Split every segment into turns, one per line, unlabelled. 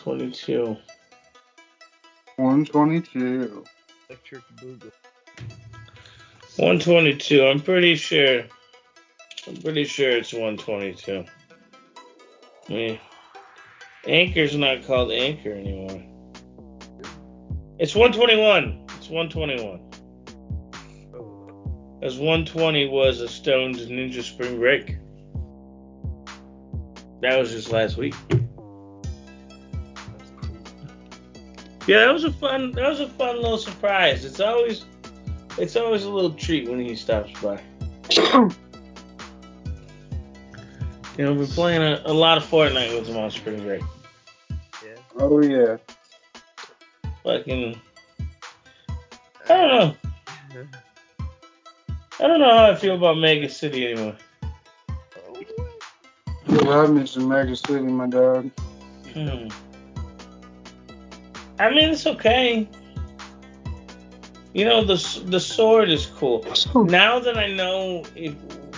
122.
122.
Electric Boogaloo.
122. I'm pretty sure. I'm pretty sure it's 122. I mean, Anchor's not called Anchor anymore. It's 121. It's 121.
Oh,
As 120 was a Stones Ninja Spring Break. That was just last week.
that's cool.
Yeah, that was a fun. That was a fun little surprise. It's always, it's always a little treat when he stops by. You know, we've been playing a, a lot of Fortnite with him on spring break.
Yeah.
oh, yeah.
Fucking, I don't know. I don't know how I feel about Mega City anymore.
Oh,
Yeah, I miss the Mega City, my dog.
Hmm. I mean, it's okay. You know, the s- the sword is cool. Now that I know if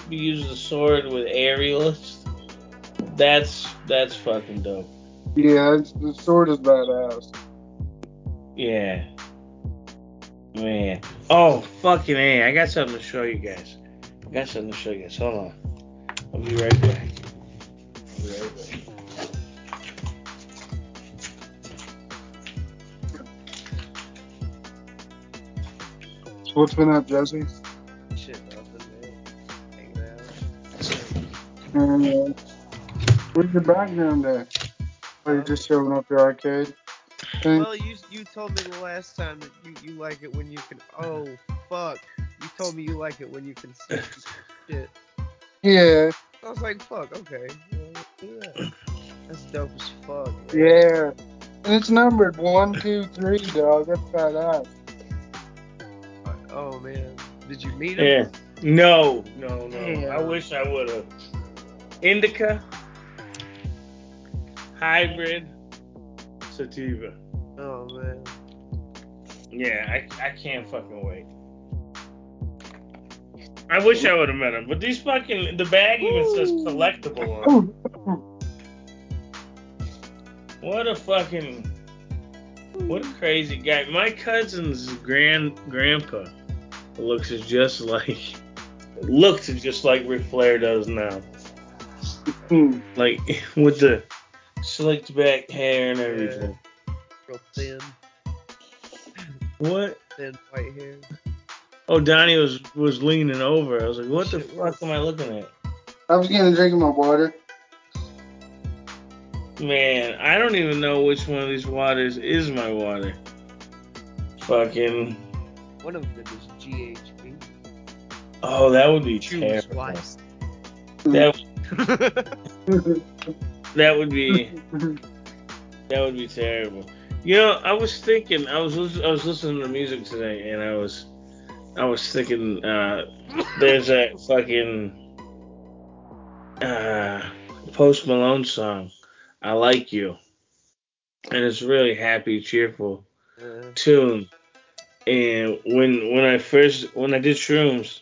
we use the sword with aerialist, that's that's fucking dope.
Yeah, it's, the sword is badass.
Yeah. Man. Oh fucking A, I got something to show you guys. I got something to show you guys. Hold on. I'll be right back. I'll be right back.
So what's been up, Jesse?
shit, nothing, man.
And,
Hanging out.
uh, where's your background at? Are you just showing up your arcade? Thing?
Well, you you told me the last time that you, you like it when you can. Oh fuck! You told me you like it when you can see shit.
Yeah,
I was like, fuck, okay. Well, yeah. That's dope as fuck. man.
yeah. And it's numbered one, two, three, dog. That's badass.
Like, Oh man, did you meet him?
Yeah. No, no, no.
Yeah.
I wish I would have. Indica, hybrid, sativa.
Oh man.
Yeah, I, I can't fucking wait. I wish I would have met him, but these fucking the bag even says collectible on. it. What a fucking what a crazy guy. My cousin's grand grandpa looks just like looked just like Ric Flair does now.
Hmm.
like with the slicked back hair and everything.
Real thin,
What?
thin white hair.
Oh, Donnie was was leaning over. I was like, what the
Shit.
fuck am I looking at?
I was getting a drink of my water.
Man, I don't even know which one of these waters is my water. Fucking.
One of them is GHB.
Oh, that would be
Choose
terrible.
wise.
That
That's
that would be that would be terrible. You know, I was thinking. I was lis- I was listening to music today, and I was I was thinking. Uh, there's that fucking uh, Post Malone song, "I Like You," and it's really happy, cheerful tune. And when when I first when I did shrooms,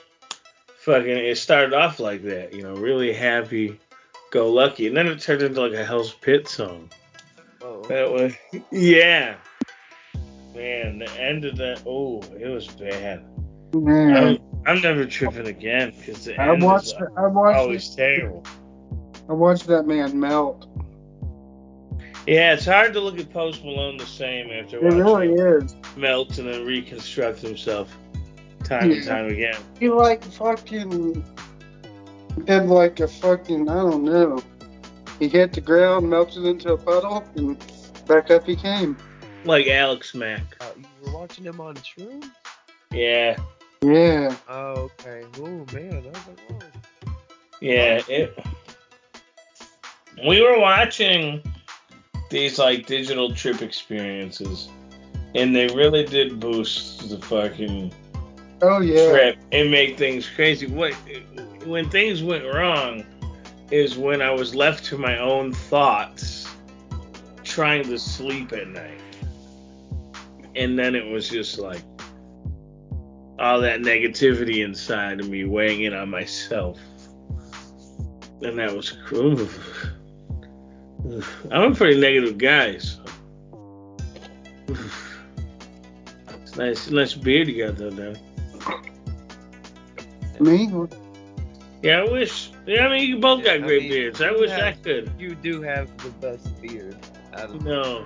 fucking it started off like that, you know, really happy, go lucky, and then it turned into like a Hell's Pit song.
oh.
That was yeah. Man, the end of that oh, it was bad.
Man,
I'm, I'm never tripping again because the
I
end
watched.
is
I watched.
uh, always terrible.
I watched that man melt.
Yeah, it's hard to look at Post Malone the same after
It really
watching him
is.
melt and then reconstruct himself time and time again.
He like fucking had like a fucking I don't know. He hit the ground, melted into a puddle, and back up he came.
Like Alex Mack.
Uh, you were watching him on True?
Yeah,
Yeah.
Oh, okay. Oh man, I was like, whoa.
yeah. It, we were watching these like digital trip experiences, and they really did boost the fucking
Oh yeah.
trip and make things crazy. What when things went wrong is when I was left to my own thoughts, trying to sleep at night, and then it was just like all that negativity inside of me weighing in on myself, and that was cool. I'm a pretty negative guy, so. it's nice, nice beard you got though, Danny.
Me?
Yeah, I wish. Yeah, I mean, you both got
Yeah, I
great
mean,
beards. I wish
yeah.
I could.
You do have the best beard. I don't know.
No,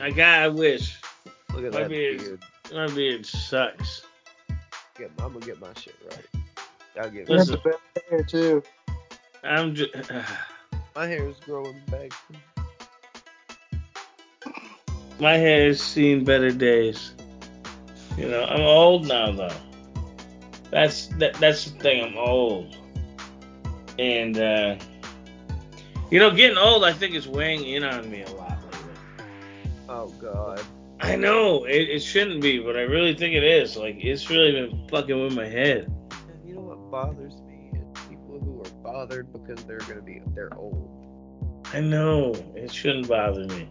I got. I wish.
Look at
my
that
beard.
beard.
My beard sucks.
Get, I'm gonna get my shit right. I'll get
You
Listen.
have the best hair too.
I'm just.
my hair is growing back.
My hair has seen better days. You know, I'm old now though. That's that, that's the thing. I'm old, and uh, you know, getting old, I think is weighing in on me a lot lately.
Oh god.
I know it, it shouldn't be, but I really think it is. Like it's really been fucking with my head.
And you know what bothers me is people who are bothered because they're gonna be they're old.
I know it shouldn't bother me,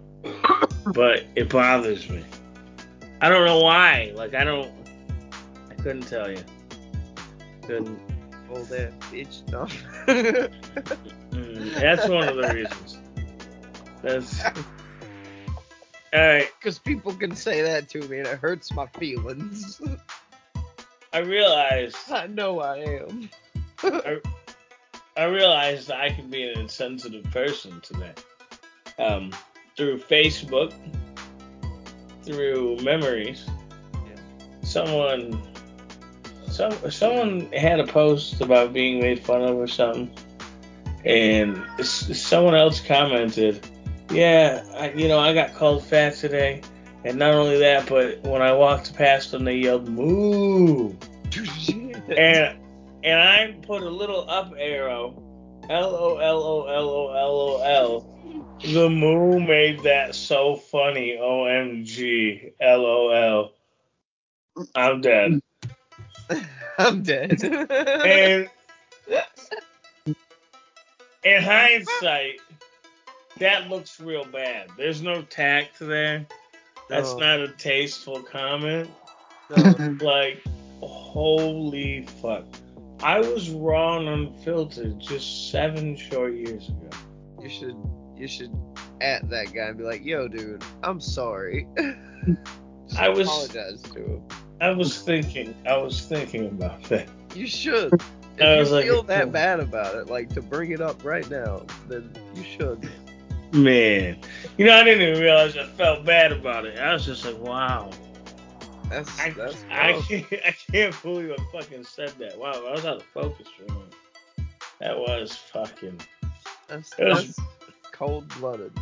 but it bothers me. I don't know why. Like I don't. I couldn't tell you. Couldn't.
Old ass bitch. No.
Mm, that's one of the reasons. That's. All right,
Because people can say that to me and it hurts my feelings.
I realized.
I know I am.
I realized I could be an insensitive person today. Um, through Facebook, through memories,
Yeah.
someone, some, someone had a post about being made fun of or something, and s- someone else commented, "Yeah, I, you know, I got called fat today." And not only that, but when I walked past them, they yelled "moo." and and I put a little up arrow, L O L O L O L O L. The moo made that so funny. O M G L O L. I'm dead.
I'm dead.
And in hindsight, that looks real bad. There's no tact there. That's
No.
not a tasteful comment.
No,
like holy fuck i was raw and unfiltered just seven short years ago
you should you should at that guy and be like, yo dude, I'm sorry. Just
I was-
apologize to him.
i was thinking i was thinking about that
You should. If
I was
you
like,
feel that
"Oh."
bad about it, like to bring it up right now, then you should.
man you know i didn't even realize i felt bad about it i was just like wow
That's
i,
that's
I,
rough.
can't, I can't believe i fucking said that wow i was out of focus for a minute that was fucking
that's,
it was-
that's cold blooded.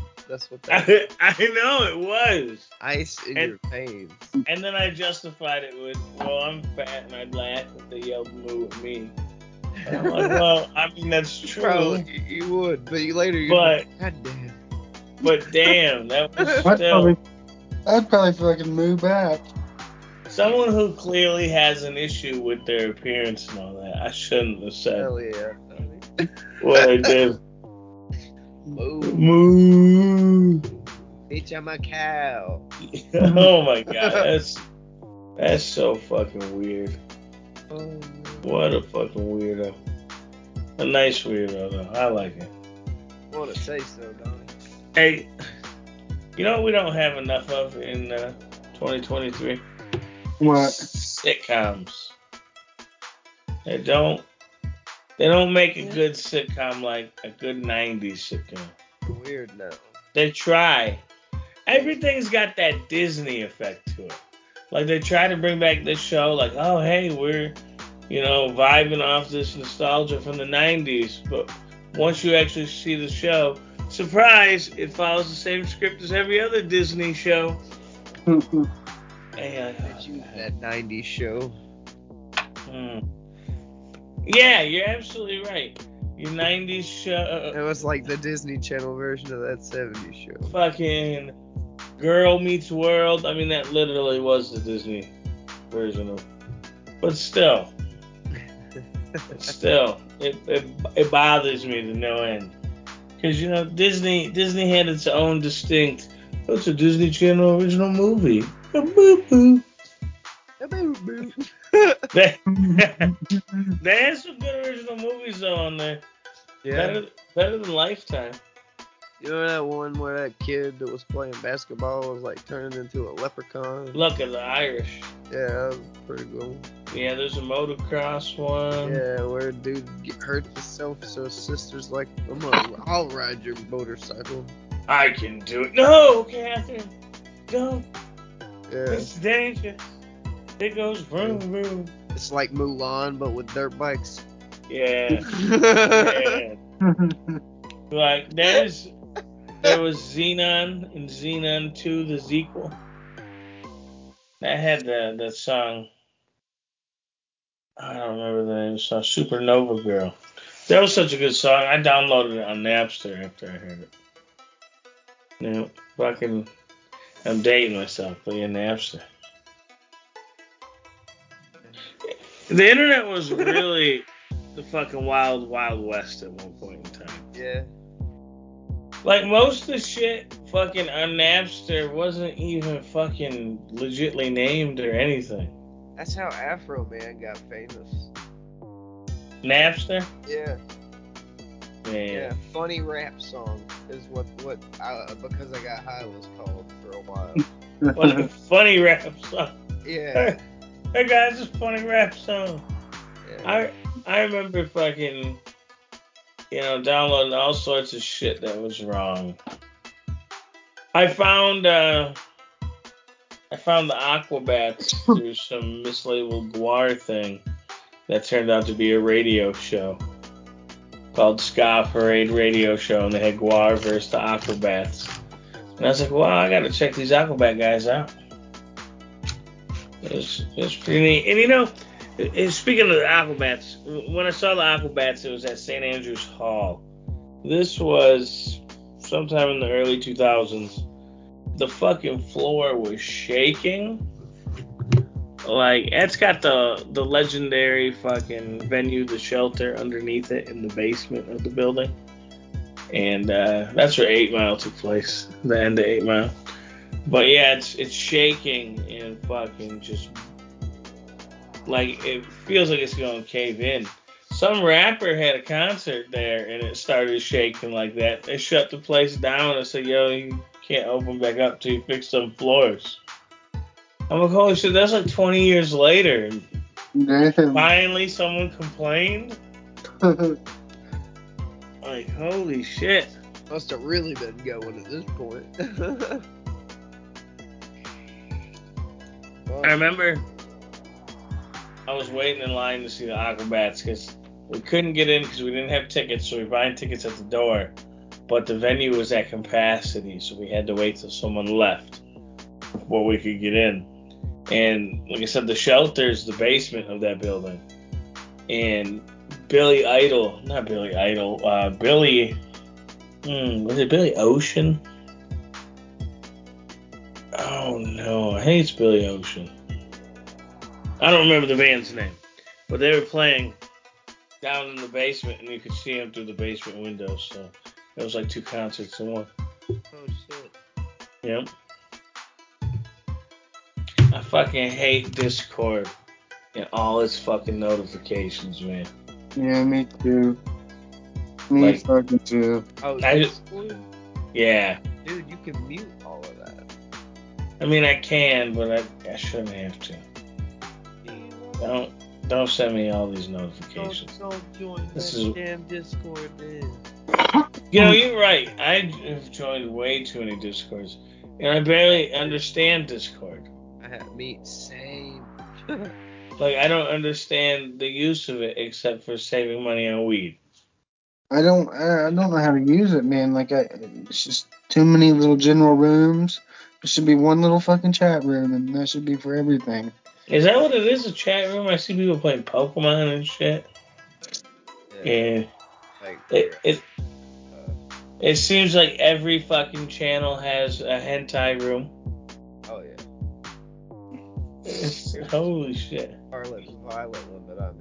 That's what that
I, I know it was
ice in
and-
your veins.
And then I justified it with, well, I'm fat and I'd laugh if they yelled moo at me. And I'm like, well, I mean, that's true.
Bro, you, you would, but you later you.
But,
God damn.
but damn, that was
I'd
still
probably, I'd probably fucking move back.
someone who clearly has an issue with their appearance and all that. I shouldn't have said
Hell yeah.
what I did.
Move,
Moo.
bitch, I'm a cow.
oh my god, that's that's so fucking weird.
Oh, no.
What a fucking weirdo. A nice weirdo though. I like it.
Want to say so, Donnie?
Hey, you know what we don't have enough of in uh, 2023?
What?
Sitcoms. They don't. They don't make a good sitcom like a good 90s sitcom.
Weird now.
They try. Everything's got that Disney effect to it. Like they try to bring back this show, like, oh hey, we're you know vibing off this nostalgia from the '90s, but once you actually see the show, surprise, it follows the same script as every other Disney show. And you're like, "Oh,
Did you
God."
that '90s show?
Hmm. Yeah, you're absolutely right. Your '90s
It
show, uh,
was like the Disney Channel version of that '70s show.
fucking Girl Meets World. I mean, that literally was the Disney version of. But still, still, it, it, it bothers me to no end. Because you know, Disney Disney had its own distinct. Oh, it's a Disney Channel original movie. Boop, boop. They, they had some good original movies though on there.
yeah.
Better, better than Lifetime.
You know that one where that kid that was playing basketball was like turning into a leprechaun?
Look at the Irish.
Yeah, that was pretty cool.
Yeah, there's a motocross one.
Yeah, where a dude get hurt himself, so his sister's like, I'm gonna, I'll ride your motorcycle.
I can do it. No, Catherine. Don't.
Yeah,
It's dangerous. It goes vroom vroom.
it's like Mulan but with dirt bikes.
Yeah.
yeah.
yeah. Like there's there was Xenon and Xenon 2, the sequel. That had the the song. I don't remember the name of the song. Supernova Girl. That was such a good song. I downloaded it on Napster after I heard it. Yeah, fucking, I'm dating myself, but yeah, Napster. The internet was really the fucking wild, wild west at one point in time. Like most of the shit fucking on Napster wasn't even fucking legitly named or anything.
That's how Afro Man got famous.
Napster?
Yeah,
Yeah.
yeah. Funny rap song is what what uh, because I got high was called for a while.
What a funny rap song.
Yeah.
Hey guys, it's a funny rap song.
yeah.
I I remember fucking you know, downloading all sorts of shit that was wrong. I found uh I found the Aquabats through some mislabeled Guar thing that turned out to be a radio show called Ska Parade Radio Show, and they had Guar versus the Aquabats. And I was like, wow, I gotta check these Aquabat guys out. It was, it was pretty neat. And you know, and speaking of the Aquabats, when I saw the Aquabats, it was at St. Andrews Hall. This was sometime in the early 2000s. The fucking floor was shaking. Like, it's got the, the legendary fucking venue, the shelter, underneath it in the basement of the building. And uh, that's where 8 Mile took place, the end of 8 Mile. But yeah, it's, it's shaking and fucking just like it feels like it's gonna cave in. Some rapper had a concert there and it started shaking like that. They shut the place down and said, "Yo, you can't open back up till you fix some floors." I'm like, "Holy shit!" That's like 20 years later. And
Damn.
finally, someone complained. Like, holy shit!
Must have really been going at this point.
I remember I was waiting in line to see the Aquabats because we couldn't get in because we didn't have tickets, so we were buying tickets at the door. But the venue was at capacity, so we had to wait till someone left before we could get in. And like I said, the shelter is the basement of that building. And Billy Idol, not Billy Idol, uh, Billy, hmm, was it Billy Ocean? Oh no, I think it's Billy Ocean. I don't remember the band's name, but they were playing down in the basement, and you could see them through the basement windows. So it was like two concerts in one.
oh shit.
Yep. I fucking hate Discord and all its fucking notifications, man.
Yeah, me too. Me
Like-
fucking too.
Oh,
I
that's cool.
Yeah,
dude, you can mute all of that.
I mean I can, but I, I shouldn't have to. Don't don't send me all these notifications.
Don't, don't join
This
that
is-
damn Discord, dude.
You know, you're right. I have joined way too many Discords, and I barely understand Discord.
I have me same.
Like, I don't understand the use of it except for saving money on weed.
I don't. I I don't know how to use it, man. Like, I, it's just too many little general rooms. There should be one little fucking chat room, and that should be for everything.
Is that what it is? A chat room? I see people playing Pokemon and shit. And
Like,
it it, it seems like every fucking channel has a hentai room.
oh yeah,
It's, holy shit.
Scarlet and Violet one that I'm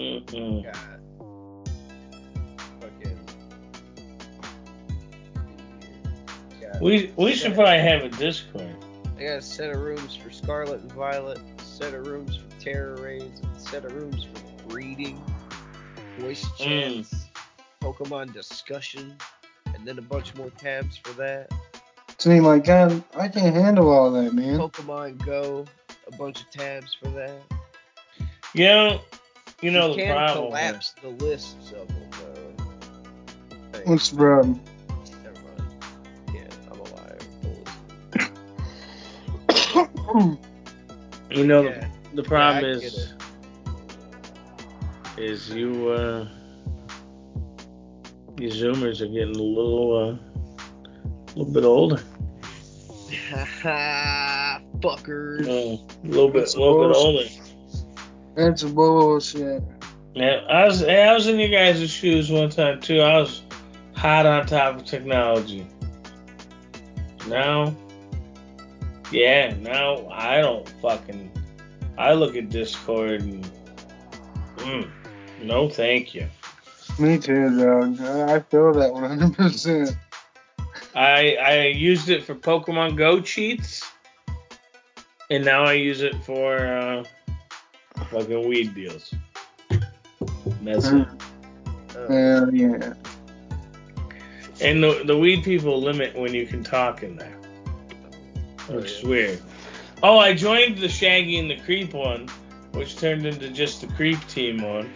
in.
Mm-mm.
Got fucking. Got-
We we should probably have a Discord.
I got a set of rooms for Scarlet and Violet, set of rooms for terror raids, set of rooms for breeding, voice
Mm.
chats, Pokemon discussion, and then a bunch more tabs for that.
See, my God, I can't handle all that, man.
Pokemon Go, a bunch of tabs for that.
You know, you know the
can
problem. is-
collapse the lists of them though. Hey,
What's the problem?
never mind. Yeah, I'm a liar. Bullshit.
You know
Yeah.
the, the problem
Yeah, I get
is is you uh you Zoomers are getting a little uh a little bit older.
Fuckers.
No, Mm, a little bit,
That's
a little bit older.
bullshit. That's bullshit.
Yeah, I was, hey, I was in your guys' shoes one time too. I was hot on top of technology. Now, yeah, now I don't fucking. I look at Discord and. Mm, no, thank you.
Me too, dog. I I feel that 100%.
I I used it for Pokemon Go cheats, and now I use it for uh, fucking weed deals. That's
Hmm.
it.
Uh,
Hell yeah.
And the, the weed people limit when you can talk in there,
Oh,
which is
yeah.
weird. Oh, I joined the Shaggy and the Creep one, which turned into just the Creep team one.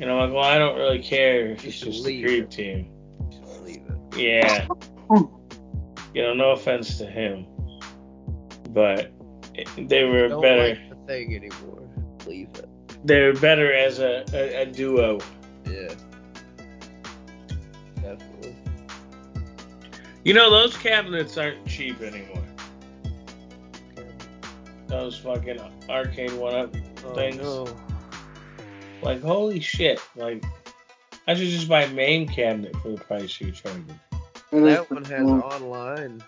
And I'm like, well, I don't really care if
You
it's
should
just
leave.
the Creep team.
Just leave it.
Yeah. You know, no offense to him, but it- they were
Don't
better.
like the thing anymore. Leave it.
They're better as a, a, a duo.
Yeah. Definitely.
You know, those cabinets aren't cheap anymore. Those fucking arcade one up
Oh,
things.
no.
Like, holy shit. Like, I should just buy a main cabinet for the price you're charging.
That one has online.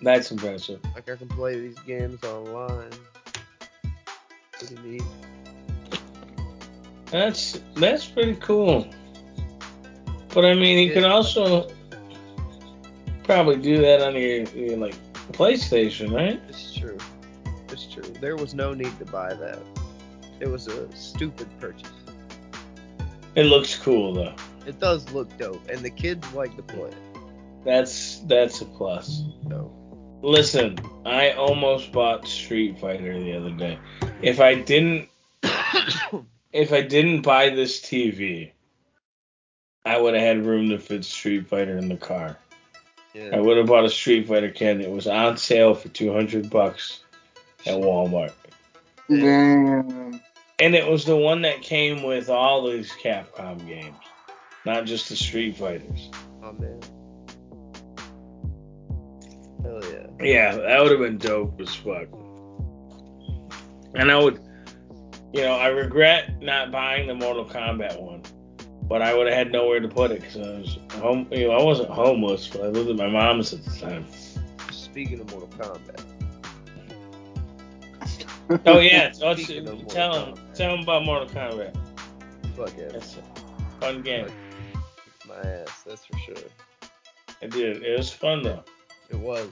That's impressive.
Like I can play these games online. Pretty neat.
That's that's pretty cool. But I mean, you could also probably do that on your, your like PlayStation, right?
It's true. It's true. There was no need to buy that. It was a stupid purchase.
It looks cool though.
It does look dope, and the kids like to play it.
That's that's a plus.
So
Listen, I almost bought Street Fighter the other day. If I didn't if I didn't buy this TV, I would have had room to fit Street Fighter in the car. I
yeah.
would have bought a Street Fighter can. It was on sale for 200 bucks at Walmart.
Damn.
And it was the one that came with all these Capcom games, not just the Street Fighters.
Oh man. Hell yeah.
Yeah, that would have been dope as fuck. And I would, you know, I regret not buying the Mortal Kombat one, but I would have had nowhere to put it because I was home. You know, I wasn't homeless, but I lived at my mom's at the time.
Speaking of Mortal Kombat.
Oh yeah, so it's,
Speaking of
tell
Mortal
him,
Kombat.
tell him about Mortal Kombat.
Fuck yeah.
That's a fun game.
My ass, that's for sure.
It did. It was fun though.
It was.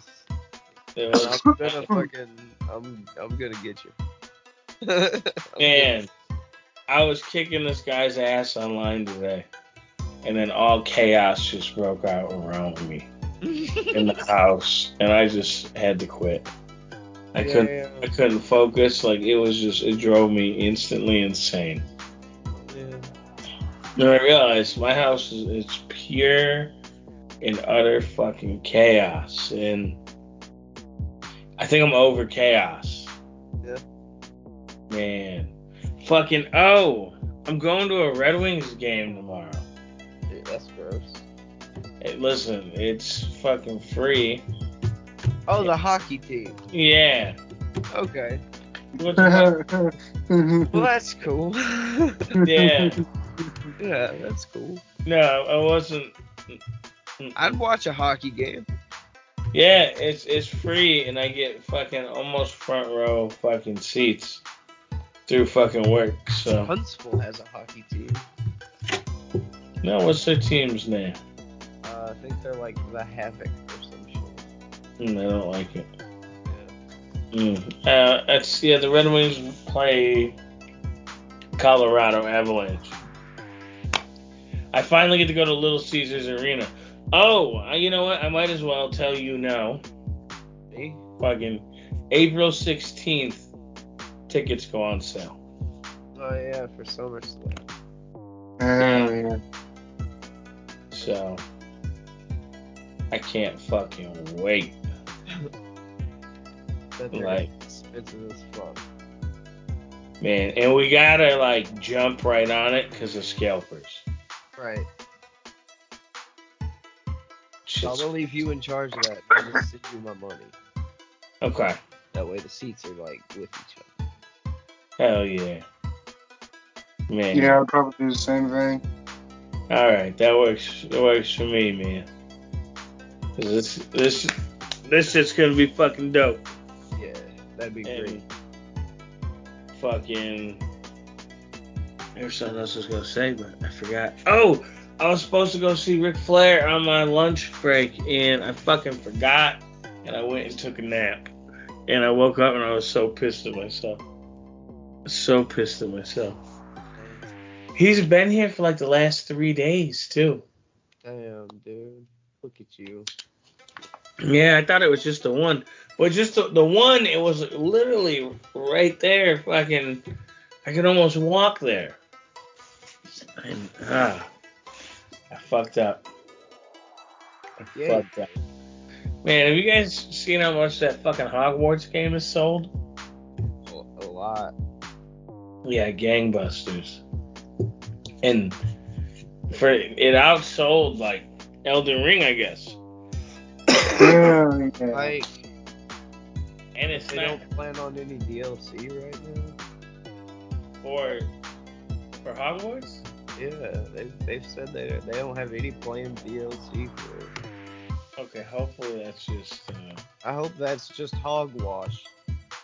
It
And
was
I'm gonna fucking I'm I'm gonna get you. I'm gonna-
man. I was kicking this guy's ass online today, and then all chaos just broke out around me. in the house, and I just had to quit. I couldn't.
Damn.
I couldn't focus. Like it was just. It drove me instantly insane.
Yeah.
Then I realized my house is it's pure and utter fucking chaos, and I think I'm over chaos.
Yeah.
Man, fucking oh, I'm going to a Red Wings game tomorrow.
Dude, that's gross.
Hey, listen, it's fucking free.
Oh, the hockey team.
Yeah.
Okay.
What the fuck?
Well, that's cool.
Yeah.
yeah, that's cool.
No, I wasn't.
I'd watch a hockey game.
yeah, it's it's free, and I get fucking almost front row fucking seats through fucking work. So
Huntsville has a hockey team.
no, what's their team's name?
Uh, I think they're like the Havoc or some shit.
Mm, I don't like it.
Yeah.
Mm. Uh, it's yeah, the Red Wings play Colorado Avalanche. I finally get to go to Little Caesars Arena. Oh, I, you know what? I might as well tell you now.
See?
Fucking April 16th, tickets go on sale.
Oh yeah, for SummerSlam.
Uh,
So I can't fucking wait.
That they're
Right.
expensive as fuck.
Man, and we gotta like jump right on it because of scalpers.
Right. I'm
Shit's-
gonna leave you in charge of that. I'll just send you my money.
Okay.
That way the seats are like with each other.
Hell yeah. Man.
yeah, I'd probably do the same thing.
All right, that works. That works for me, man. 'Cause This this this shit's gonna be fucking dope.
Yeah, that'd be
And
great.
fucking. There's something else I was gonna say, but I forgot. Oh, I was supposed to go see Ric Flair on my lunch break, and I fucking forgot, and I went and took a nap, and I woke up and I was so pissed at myself. So pissed at myself. He's been here for like the last three days too.
Damn, dude. Look at you.
Yeah, I thought it was just the one, but just the, the one, it was literally right there. Fucking, I could almost walk there. And ah, I fucked up. I
Yeah.
fucked up. Man, have you guys seen how much that fucking Hogwarts game is sold?
A, a lot.
Yeah, gangbusters. And for it outsold like Elden Ring, I guess.
Yeah, yeah.
Like,
And it's
they
not
don't plan on any DLC right now.
for for Hogwarts.
Yeah, they, they've said they, they don't have any planned DLC for it.
Okay, hopefully that's just. Uh,
I hope that's just hogwash.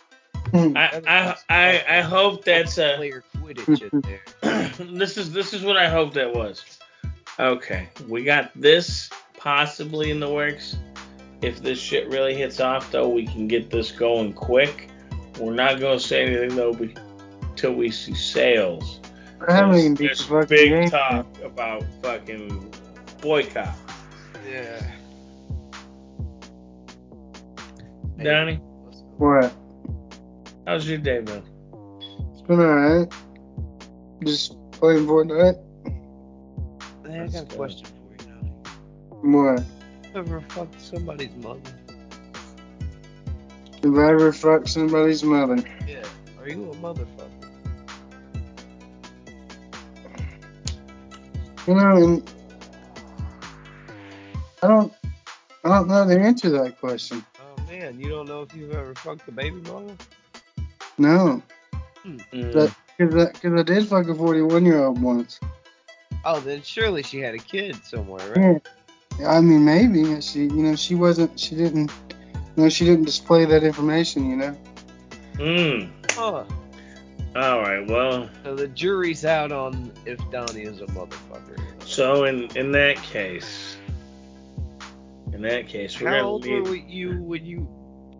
I, I I I hope that's uh, a.
player Quidditch in there.
this is this is what I hope that was. Okay, we got this possibly in the works. If this shit really hits off, though, we can get this going quick. We're not gonna say anything though be- till we see sales.
I haven't even beat
There's
the fucking
big
game.
talk about fucking boycott.
Yeah.
Donnie,
What?
how's your day, man?
It's been alright. eh. Just eh. playing Fortnite.
Hey, I got a question for you now.
What?
Ever fucked somebody's mother?
If I ever fucked somebody's mother,
Yeah. Are you a motherfucker?
you know, and I don't, I don't know the answer to that question.
Oh man, you don't know if you've ever fucked a baby mama?
No,
Mm.
But- because I, 'cause I did fuck a 41 year old once.
Oh, then surely she had a kid somewhere, right?
Yeah. I mean, maybe she, you know, she wasn't, she didn't, no, she didn't display that information, you know.
Mm.
Huh.
All right, well.
So the jury's out on if Donnie is a motherfucker.
So in in that case, in that case, we're
How
gonna
old
leave.
were you when you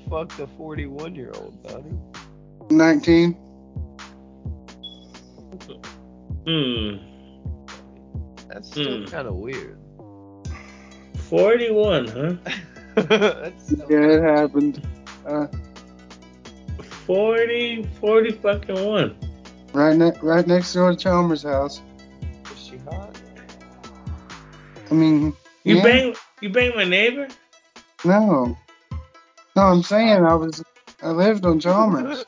fucked a 41 year old, Donnie?
19.
Hmm,
That's still
Hmm.
kind of weird.
41, huh?
That's still
Yeah, it happened. Uh,
40, 40 fucking one.
right, ne- right next door to Chalmers' house.
Is she hot?
I mean,
You
yeah.
bang, you bang my neighbor?
No. No, I'm saying I was I lived on Chalmers.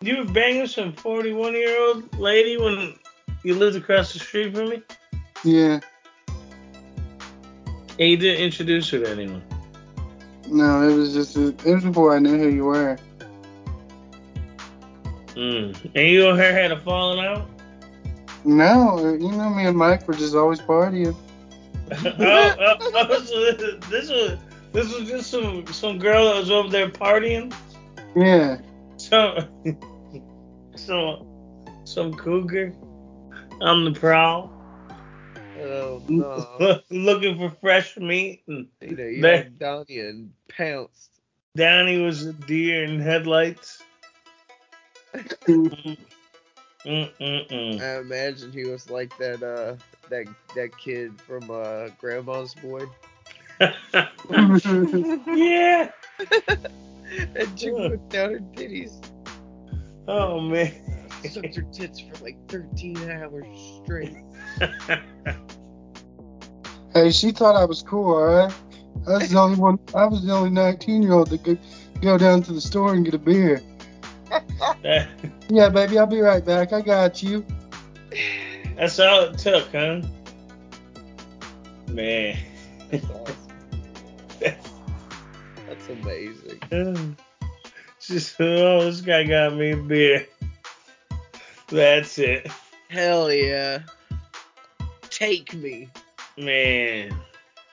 You were banging some 41 year old lady when you lived across the street from me?
yeah.
And you didn't introduce her to anyone.
No, it was just it was before I knew who you were.
Mm. And you and her had a falling out?
No, you know me and Mike were just always partying.
oh, oh, oh, so this, this was this was just some some girl that was over there partying.
Yeah.
So, so, some cougar on the prowl,
Oh no.
looking for fresh meat. And
you know, you
They-
had Donnie and pounced.
Downey was a deer in headlights.
It
Mm-mm-mm.
I imagine he was like that uh that that kid from uh, Grandma's Boy.
yeah.
and she put down her titties,
Oh man.
sucked her tits for like 13 hours straight.
Hey, she thought I was cool, alright? I was the only one I was the only nineteen year old that could go down to the store and get a beer. Yeah, baby, I'll be right back. I got you.
That's all it took, huh? Man.
That's awesome. That's amazing.
Just oh, this guy got me a beer. That's it,
Hell yeah. Take me.
man.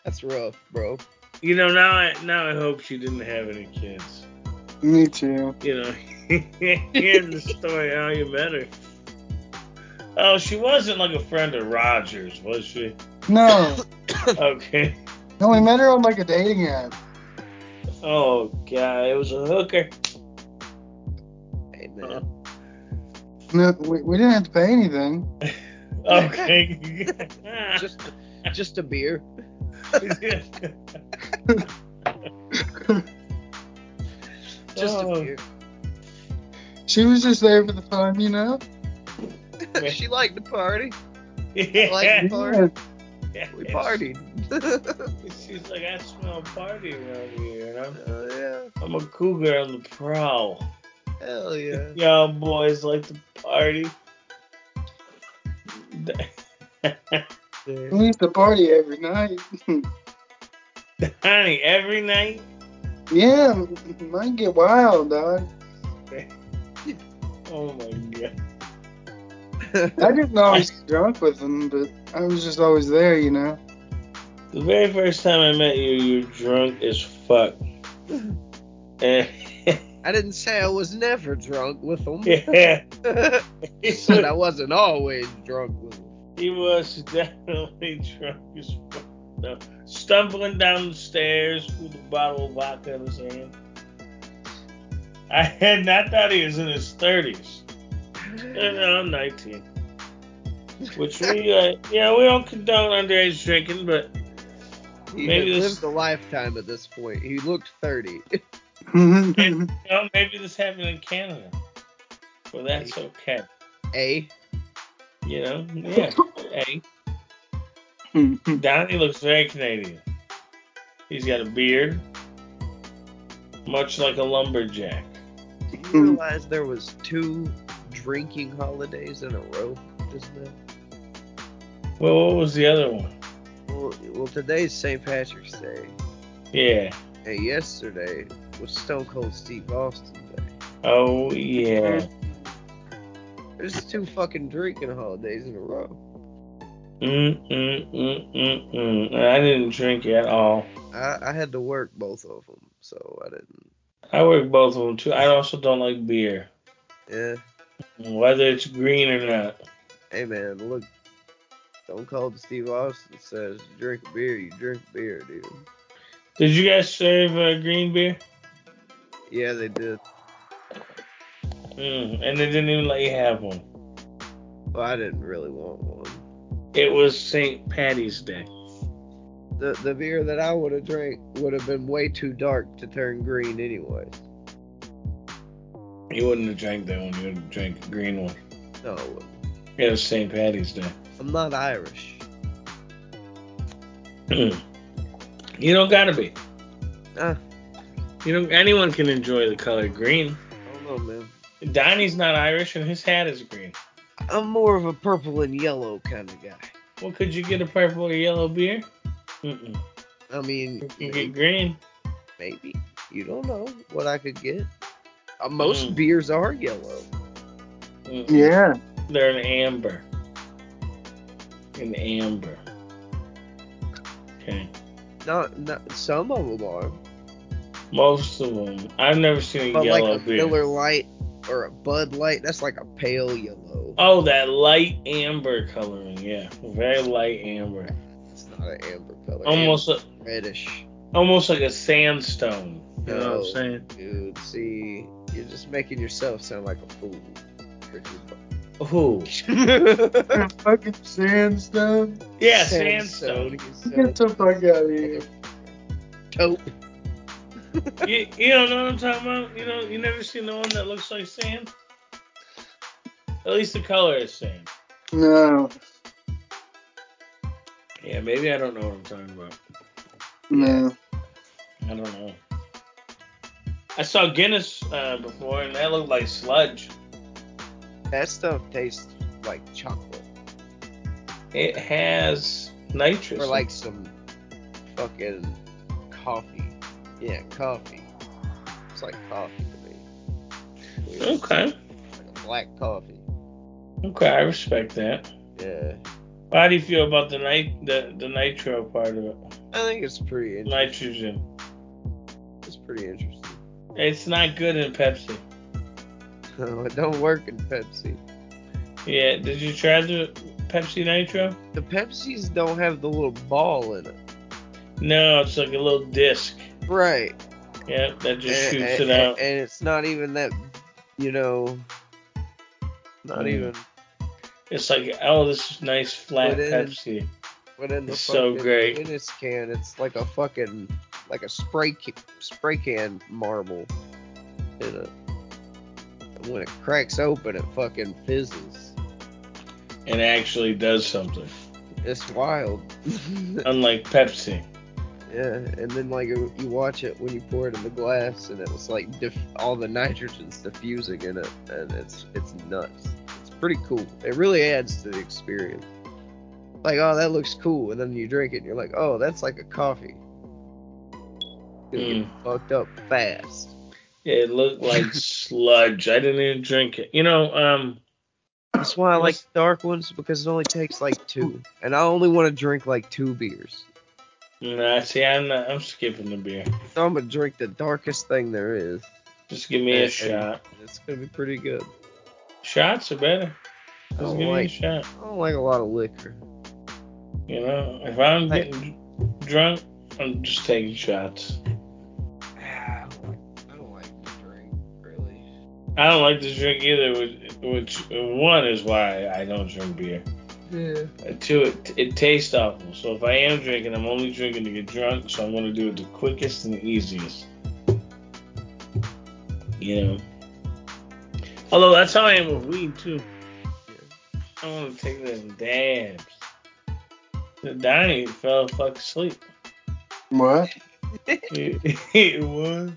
That's rough, bro.
You know now I now I hope she didn't have any kids.
Me too.
You know, hearing the story how you met her. Oh, she wasn't like a friend of Rogers, was she?
No.
Okay.
I only met her on like a dating app.
Oh god, it was a hooker.
Hey, man.
No, we, we didn't have to pay anything.
Okay.
Just, just a beer. Just
Oh.
a beer.
She was just there for the fun, you know?
man.
she liked to party.
Yeah.
like- Party.
Yeah.
We partied.
She's like, I smell a party around here, and I'm,
Hell yeah.
I'm a cougar on the prowl.
Hell yeah.
Y'all boys like to party.
We used to party every night.
Honey, every night.
yeah, mine get wild, dog.
Oh my god.
I didn't always get drunk with them, but I was just always there, you know?
The very first time I met you, you were drunk as fuck. And
I didn't say I was never drunk with them.
yeah,
I said I wasn't always drunk with them.
he was definitely drunk as fuck. No, stumbling down the stairs with a bottle of vodka in his hand. I had not thought he was in his thirties. No, no, I'm 19. Which we, uh, yeah, we don't condone underage drinking, but
He
Maybe
had
this-
lived a lifetime at this point. He looked 30.
you know, maybe this happened in Canada. Well, that's okay.
A.
You know, yeah. Hey, Donnie looks very Canadian. He's got a beard, much like a lumberjack.
Do you
Hmm.
realize there was two drinking holidays in a row just now?
Well, what was the other one?
Well, well today's St. Patrick's Day,
Yeah.
and yesterday was Stone Cold Steve Austin Day.
Oh, yeah.
There's two fucking drinking holidays in a row.
Mm, mm, mm, mm, mm. I didn't drink at all.
I, I had to work both of them, so I didn't.
I work both of them too. I also don't like beer,
Yeah,
whether it's green or not.
hey man, look, Stone Cold Steve Austin says, "Drink beer, you drink beer, dude."
Did you guys serve uh, green beer?
Yeah, they did.
Mm, and they didn't even let you have one.
Well, I didn't really want one.
It was St. Patty's Day.
the the beer that I would have drank would have been way too dark to turn green anyways.
You wouldn't have drank that one. You would have drank a green one.
No, it wouldn't.
It was St. Patty's Day.
I'm not Irish.
you don't gotta be.
Uh,
You know, anyone can enjoy the color green.
I don't know, man.
Donnie's not Irish, and his hat is green.
I'm more of a purple and yellow kind of guy.
Well, could you get a purple or yellow beer? Mm-mm.
I mean,
You can get green.
maybe you don't know what I could get. Uh, most
Mm.
beers are yellow.
Mm-mm.
yeah.
They're an amber. An amber. Okay.
Not, not some of them are,
Most of them. I've never seen a
but
yellow
like a
beer.
Miller Light or a Bud Light, that's like a pale yellow.
Oh, that light amber coloring. Yeah, very light amber.
It's not an amber color.
Almost, a,
Amber's reddish.
almost like a sandstone. You know what
No.
I'm saying?
Dude, see, you're just making yourself sound like a fool.
Who?
fucking sandstone.
Yeah, sandstone.
Get the fuck out of here.
Dope.
you, you don't know what I'm talking about? You know, you never seen the one that looks like sand? At least the color is sand.
No,
Yeah, maybe I don't know what I'm talking about.
no.
I don't know. I saw Guinness uh, before, and that looked like sludge.
That stuff tastes like chocolate
It has nitrous.
or like some fucking coffee. Yeah, coffee. It's like coffee to me. Weird.
okay,
Like a black coffee.
okay, I respect that.
Yeah.
How do you feel about the nit the, the nitro part of it?
I think it's pretty interesting.
Nitrogen.
It's pretty interesting.
It's not good in Pepsi.
No, it don't work in Pepsi.
Yeah, did you try the Pepsi Nitro?
The Pepsis don't have the little ball in it.
No, it's like a little disc.
Right.
Yeah, that just
and,
shoots it
and-
out.
and it's not even that, you know, not
Mm.
even
It's like, oh, this is nice flat
But it-
Pepsi.
But in the
It's so
fucking
great.
Guinness can, it's like a fucking like a spray ca- spray can marble in it. And when it cracks open, it fucking fizzes.
And it actually does something.
It's wild. yeah,
Unlike Pepsi.
and then like you you watch it when you pour it in the glass, and it's like diff- all the nitrogen's diffusing in it, and it's it's nuts. It's pretty cool. It really adds to the experience. Like, oh, that looks cool, and then you drink it, and you're like, oh, that's like a coffee. Gonna get
Hmm.
fucked up fast.
It looked like sludge. I didn't even drink it. You know, um,
That's why I like the dark ones because it only takes like two, and I only want to drink like two beers.
nah, see, I'm not, I'm skipping the beer.
So I'm gonna drink the darkest thing there is.
Just give me
And-
a
and-
shot.
It's gonna be pretty good.
Shots are better.
I
Just
don't
give me a
like
shot.
I don't like a lot of liquor.
You know, if I'm
Hey.
getting drunk, I'm just taking shots.
I don't like, I don't like to drink really.
I don't like to drink either, which, which one is why I don't drink beer.
Yeah.
Uh, Two, it, it tastes awful. So if I am drinking, I'm only drinking to get drunk. So I'm gonna do it the quickest and the easiest. You know. Although that's how I am with weed too. I want to take them dabs. The Donnie fell fuck asleep.
What?
what?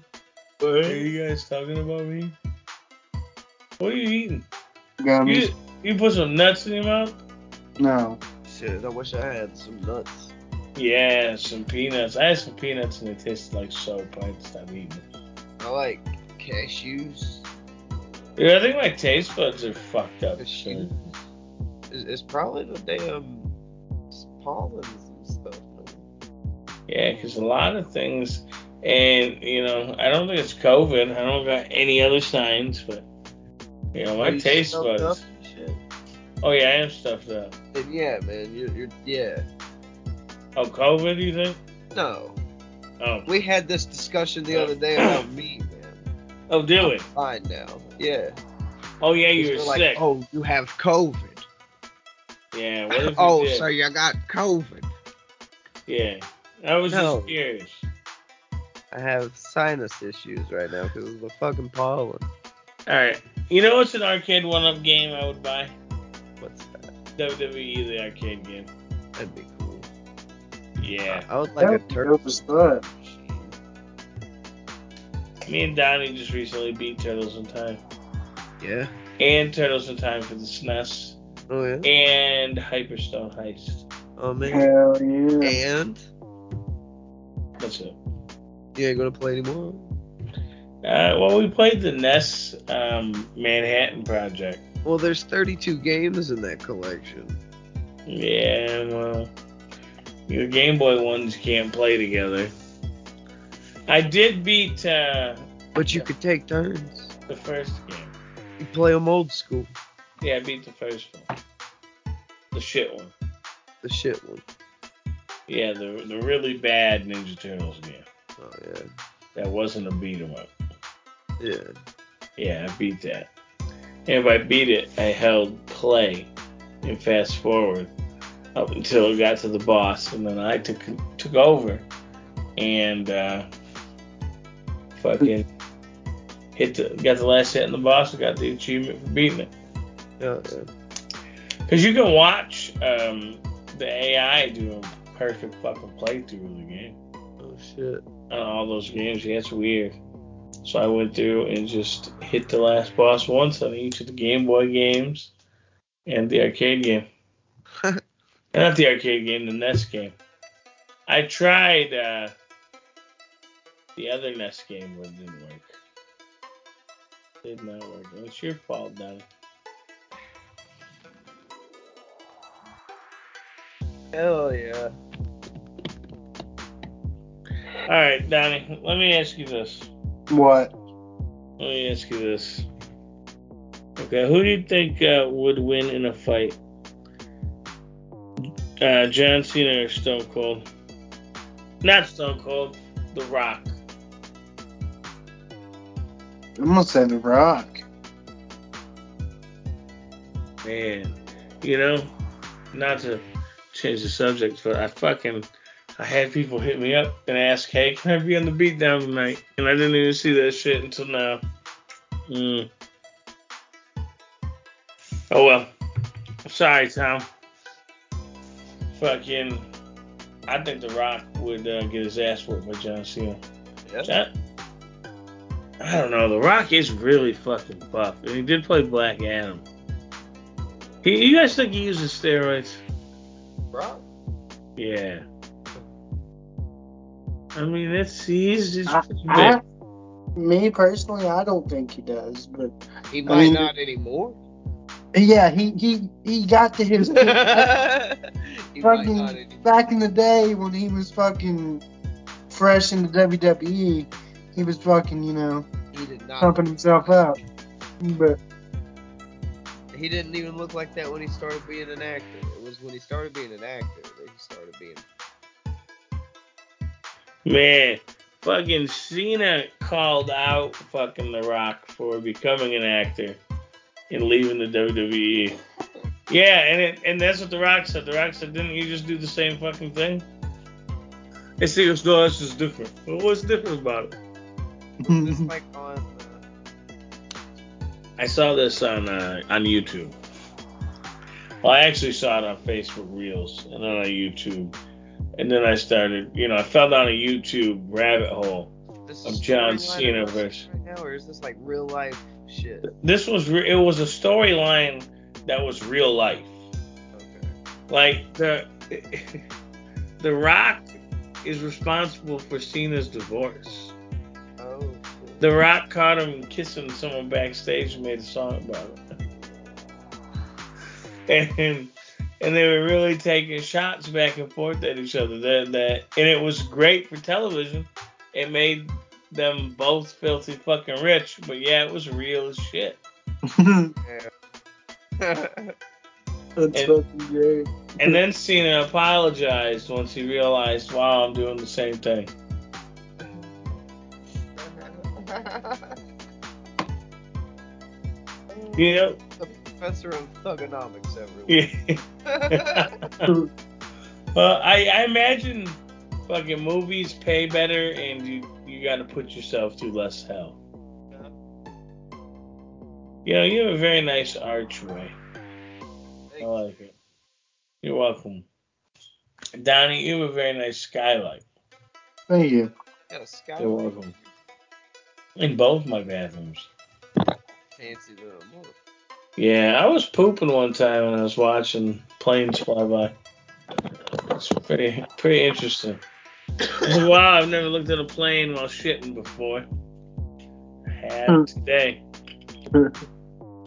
What are you guys talking about me? What are you eating?
Gummies?
You, you put some nuts in your mouth?
No.
Shit, I wish I had some nuts.
Yeah, some peanuts. I had some peanuts and it tasted like soap. I had to stop eating it.
I like cashews.
Dude, I think my taste buds are fucked up.
Cashews. It's, it's probably the damn pollens and stuff.
Yeah, because a lot of things, and you know, I don't think it's COVID. I don't got any other signs, but you know, my
Are you
taste
stuffed
buds.
up and shit?
Oh yeah, I am stuffed up.
Then yeah, man, you're, you're yeah.
Oh, COVID? You think?
No,
Oh,
we had this discussion the other day about meat, man.
oh, do it.
Fine now. Yeah.
Oh yeah, you
You're
were
like,
sick.
oh, you have COVID.
Yeah. What if you
oh,
did?
so you got COVID.
Yeah. I was
No.
just curious.
I have sinus issues right now because of the fucking pollen.
All right. You know what's an arcade one-up game I would buy?
What's that?
WWE the arcade game.
That'd be cool.
Yeah.
I would like a
That'd be
turtle
dope as fuck.
machine.
Me and Donnie just recently beat Turtles in Time.
Yeah.
And Turtles in Time for the SNES.
Oh yeah.
And Hyperstone Heist.
Oh man.
Hell yeah.
And
That's it.
you ain't gonna play anymore.
Uh, well, we played the NES um, Manhattan Project.
Well, there's 32 games in that collection.
Yeah, well, your Game Boy ones can't play together. I did beat uh,
But you could take turns.
the first game.
You play them old school,
Yeah, I beat the first one. The shit one.
the shit one.
Yeah, the the really bad Ninja Turtles game.
Oh yeah,
That wasn't a beat 'em up.
yeah.
Yeah, I beat that. And if I beat it, I held play and fast forward up until it got to the boss, and then I took took over and uh, fucking hit the got the last hit in the boss. and got the achievement for beating it.
Oh, Yeah,
Because you can watch um, the AI do a perfect fucking playthrough of the game
oh shit.
on uh, all those games. That's weird. So I went through and just hit the last boss once on each of the Game Boy games and the arcade game. Uh, Not the arcade game, the NES game. I tried uh, the other NES game, but it didn't work. Did not work. It's your fault, Donnie.
Hell yeah.
All right, Donnie, let me ask you this.
What?
Let me ask you this. Okay, who do you think uh, would win in a fight? Uh, John Cena or Stone Cold? Not Stone Cold, The Rock.
I'm gonna say The Rock.
Man, you know, not to change the subject, but I fucking I had people hit me up and ask, "Hey, can I be on the beatdown tonight?" And I didn't even see that shit until now. Mm. Oh well. Sorry, Tom. Fucking, I think The Rock would uh, get his ass whooped by John Cena.
Yeah.
That, I don't know. The Rock is really fucking buff, and he did play Black Adam. He, you guys think he uses steroids?
Rock.
Yeah. I mean, that's he's just
I,
big.
I, me personally, I don't think he does, but
He
I
might
mean-
not anymore.
yeah, he he he got to his
he might not
fucking
anymore.
back in the day when he was fucking fresh in the WWE. He was fucking, you know,
He did not.
pumping himself up. But
He didn't even look like that when he started being an actor. It was when he started being an actor that he started being.
man. Fucking Cena called out fucking The Rock for becoming an actor and leaving the WWE. Yeah, and it, and that's what The Rock said. The Rock said, "Didn't you just do the same fucking thing?" And Cena goes, "No, that's just different." Well, what's different about it?
Just like on. Uh,
I saw this on uh, on YouTube. Well, I actually saw it on Facebook Reels and then on YouTube, and then I started, you know, I fell down a YouTube rabbit hole.
this
Of
is
John
storyline
Cena
of wrestling
versus-
Right now, or is this like real life shit?
This was re- it was a storyline that was real life.
Okay.
Like the the Rock is responsible for Cena's divorce.
Oh. shit.
The Rock caught him kissing someone backstage and made a song about it. And and they were really taking shots back and forth at each other. That that and it was great for television. It made them both filthy fucking rich, but yeah, it was real as shit.
That's
That's fucking great.
And then Cena apologized once he realized, wow, I'm doing the same thing. You know?
the professor of thugonomics, everyone.
Yeah. well, I, I imagine fucking movies pay better and you, you got to put yourself through less hell. You know, you have a very nice archway. I like it. You're welcome. Donnie, you have a very nice skylight.
Thank you.
Got a skylight.
You're welcome. In both my bathrooms.
Fancy the mother-
Yeah, I was pooping one time and I was watching planes fly by. It's pretty pretty interesting. wow, I've never looked at a plane while shitting before. Had it today.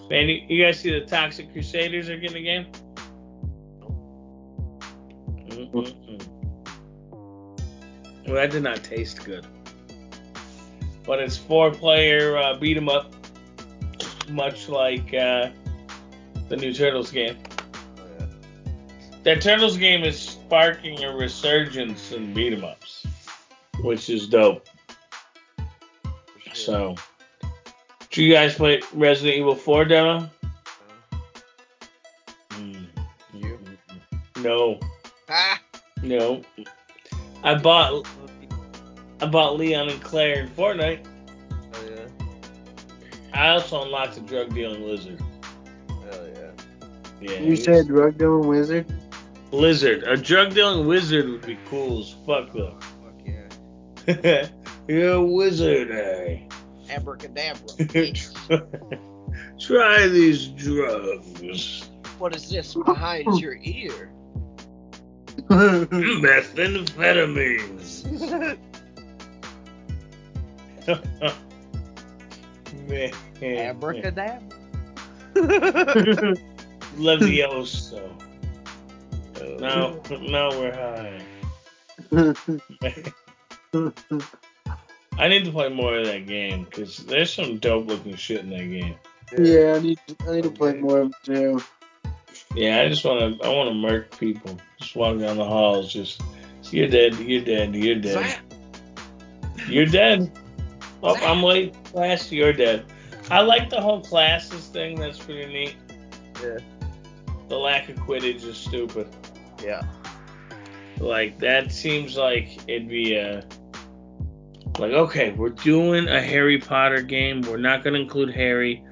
Man, you, you guys see the Toxic Crusaders are getting a game? Mm-mm-mm. Well, that did not taste good. But it's four-player uh, beat 'em up, much like uh, the new Turtles game.
Oh, yeah.
That Turtles game is sparking a resurgence in beat 'em ups, which is dope.
For
So
sure.
Do you guys play Resident Evil 4 demo?
Mm-hmm.
You?
No,
Ah!
no. I
Oh,
bought I bought Leon and Claire in Fortnite.
Hell yeah.
I also unlocked the drug dealing lizard.
Hell yeah.
Yeah.
You said drug dealing wizard.
lizard. A drug dealing wizard would be cool as fuck though.
Fuck yeah.
You're a wizard, eh?
Abracadabra.
Try these drugs.
what is this behind your ear?
Methamphetamines. Man.
Abracadabra.
Levioso. Now, now we're high. I need to play more of that game because there's some dope looking shit in that game.
yeah, I need I need to play more of it too.
Yeah, I just want to. I want to murk people. Just walk down the halls. Just you're dead. You're dead. You're dead.
Zap.
You're dead. Oh, I'm late to class. You're dead. I like the whole classes thing. That's pretty neat.
Yeah.
The lack of quidditch is stupid.
Yeah.
Like that seems like it'd be a. Like okay, we're doing a Harry Potter game. We're not gonna include Harry.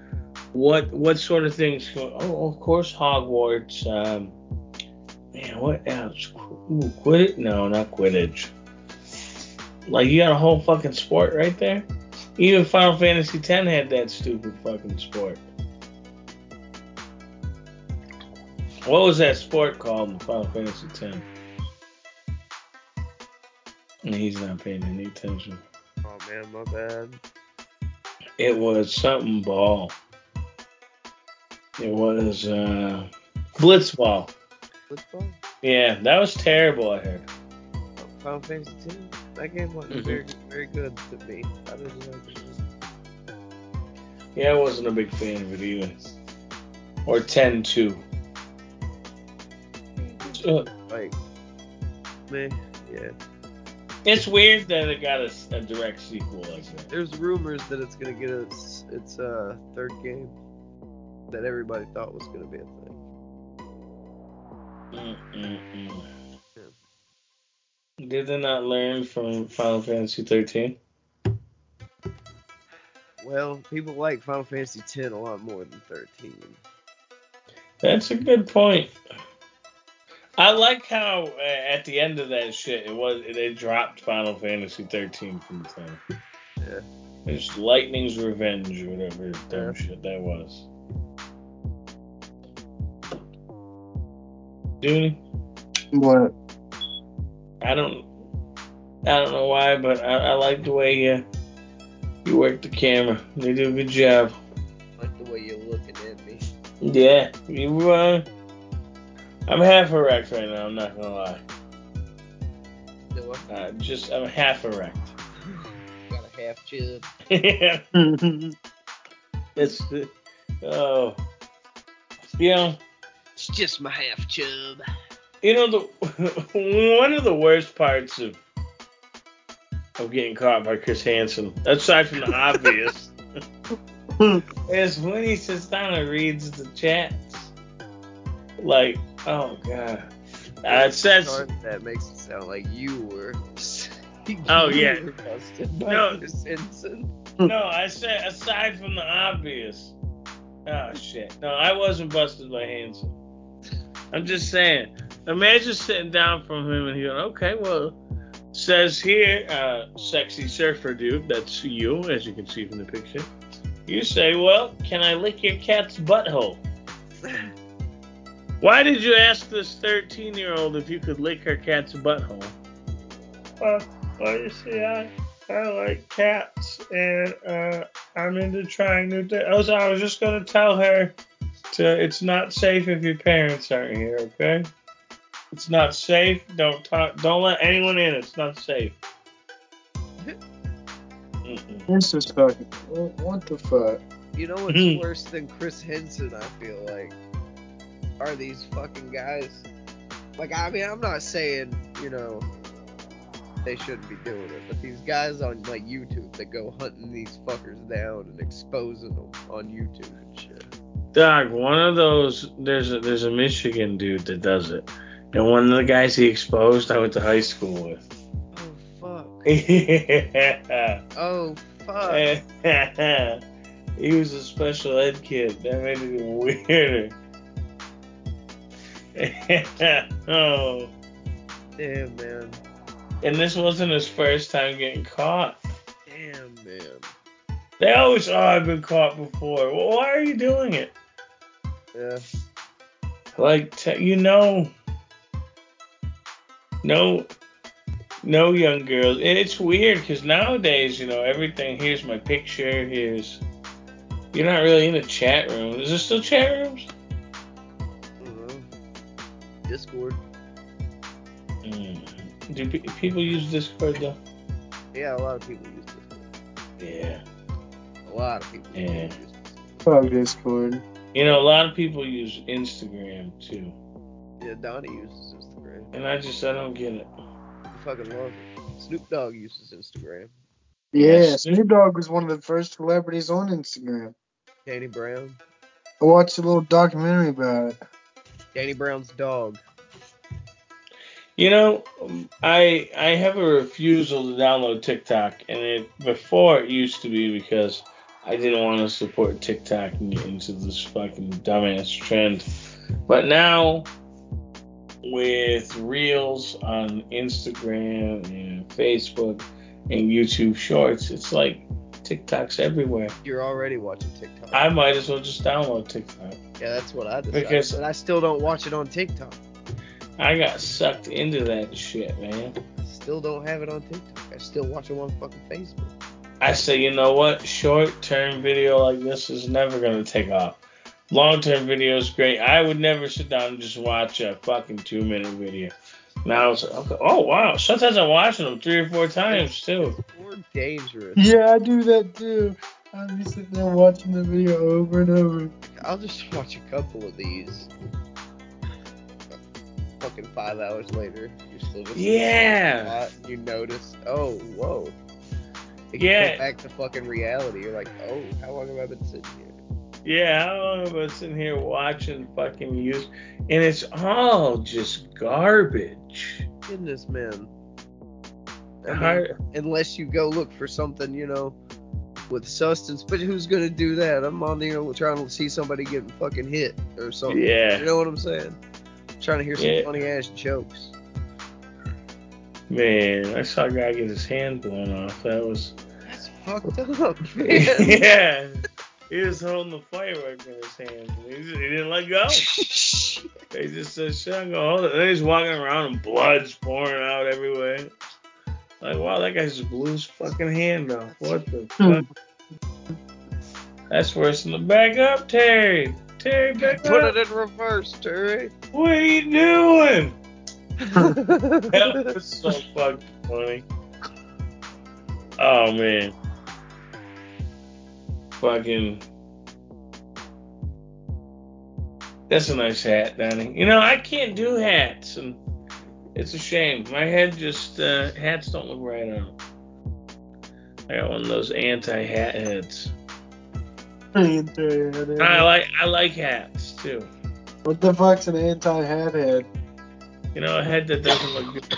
What what sort of things? go- Oh, of course Hogwarts. Um, man, what else? Ooh, Quidditch? No, not Quidditch. Like you got a whole fucking sport right there. Even Final Fantasy X had that stupid fucking sport. What was that sport called in Final Fantasy X? And he's not paying any attention.
Oh man, my bad.
It was something ball. It was uh, blitzball.
Football?
Yeah, that was terrible. I heard.
Final Fantasy 2? That game wasn't
Mhm.
very, very good to me. I didn't like it.
Yeah, I wasn't a big fan of it either. Or 10-2. Uh,
Like, meh, yeah.
It's weird that it got a, s- a direct sequel like that.
There's rumors that it's gonna get its its uh third game that everybody thought was gonna be a thing.
Mm-mm-mm. Did they not learn from Final Fantasy 13?
Well, people like Final Fantasy 10 a lot more than 13.
That's a good point. I like how uh, at the end of that shit, it was they dropped Final Fantasy 13 from the thing.
Yeah.
It's Lightning's Revenge or whatever dumb shit that was. Dooney,
What?
I don't, I don't know why, but I, I like the way you, you work the camera. They do a good job.
Like the way you're looking at me.
Yeah, you. Uh, I'm half erect right now. I'm not gonna lie.
No,
Uh, just I'm half erect.
I got a half chub.
it's oh, you know,
It's just my half chub.
Uh, you know the one of the worst parts of of getting caught by Chris Hansen, aside from the obvious, is when he sits down and reads the chats. Like, oh god, uh, it says.
Sorry, that makes it sound like you were.
Oh,
you
yeah.
were busted by
No.
Chris Henson.
No, I said aside from the obvious. Oh shit. No, I wasn't busted by Hanson. I'm just saying. Imagine sitting down from him and he going, okay, well, says here, uh, sexy surfer dude, that's you, as you can see from the picture. You say, well, can I lick your cat's butthole? Why did you ask this 13 year old if you could lick her cat's butthole? Well, well you see, I, I like cats and uh, I'm into trying new things. I was, I was just going to tell her to, it's not safe if your parents aren't here, okay? It's not safe. Don't talk. Don't let anyone in. It's not safe. Mm-mm.
This is fucking. What, what the fuck?
You know what's
Mhm.
worse than Chris Henson, I feel like, are these fucking guys. Like, I mean, I'm not saying, you know, they shouldn't be doing it. But these guys on like YouTube that go hunting these fuckers down and exposing them on YouTube and shit.
Dog, one of those there's a there's a Michigan dude that does it. And one of the guys he exposed I went to high school with.
Oh fuck.
yeah.
Oh
Eh.
fuck.
he was a special ed kid. That made it even weirder. oh.
Damn man.
And this wasn't his first time getting caught.
Damn man.
They always, oh, I've been caught before. Well, why are you doing it?
Yeah.
Like, t- you know, no, no young girls. And it's weird because nowadays, you know, everything. Here's my picture. Here's. You're not really in a chat room. Is there still chat rooms?
Mhm. Discord.
Mm. Do pe- people use Discord though?
Yeah, a lot of people use Discord.
Yeah.
A lot of people
Yeah.
use Discord.
Fuck Discord.
You know, a lot of people use Instagram too,
Yeah, Donnie uses Instagram.
and I just I don't get it.
I fucking love it. Snoop Dogg uses Instagram.
Yeah,
Yes.
Snoop Dogg was one of the first celebrities on Instagram.
Danny Brown.
I watched a little documentary about it.
Danny Brown's dog.
You know, um, I I have a refusal to download TikTok, and it before it used to be because I didn't want to support TikTok and get into this fucking dumbass trend, but now with Reels on Instagram and Facebook and YouTube Shorts, it's like TikTok's everywhere.
You're already watching TikTok.
I might as well just download TikTok.
yeah, that's what I decided.
Because-
but I still don't watch it on TikTok.
I got sucked into that shit, man.
I still don't have it on TikTok. I still watch it on fucking Facebook.
I say, you know what? Short term video like this is never going to take off. Long term video is great. I would never sit down and just watch a fucking two minute video. Now it's okay. Oh, wow. Sometimes I'm watching them three or four times, too.
More dangerous.
Yeah, I do that too. I'm just sitting there watching the video over and over.
I'll just watch a couple of these. Fucking five hours later, you're still just
Yeah.
Uh, you notice, oh, whoa. It
Yeah.
Come back to fucking reality. You're like, oh, how long have I been sitting here?
Yeah. How long have I been sitting here watching fucking use? And it's all just garbage.
Goodness, man. I mean,
I,
unless you go look for something, you know, with substance. But who's gonna do that? I'm on there trying to see somebody getting fucking hit or something. You
yeah.
know what I'm saying? trying to hear some
Yeah.
funny ass jokes.
Man, I saw a guy get his hand blown off. That was.
That's fucked up, man.
yeah. He was holding the firework in his hand. He, just- he didn't let go. They just said, shit, I'm gonna hold it. And he's walking around and blood's pouring out everywhere. Like, wow, that guy just blew his fucking hand off. What the
Hmm.
fuck? That's worse than the back up, Terry. Terry, back
Put
up.
it in reverse, Terry.
What are you doing? That
That's
was so fucking funny. Oh, man. Fucking. That's a nice hat, Donnie. You know, I can't do hats, and it's a shame. My head just, uh, hats don't look right on. it. I got one of those anti-hat heads. And I like, I like hats too.
What the fuck's an anti-hat head?
You know, a head that doesn't look good.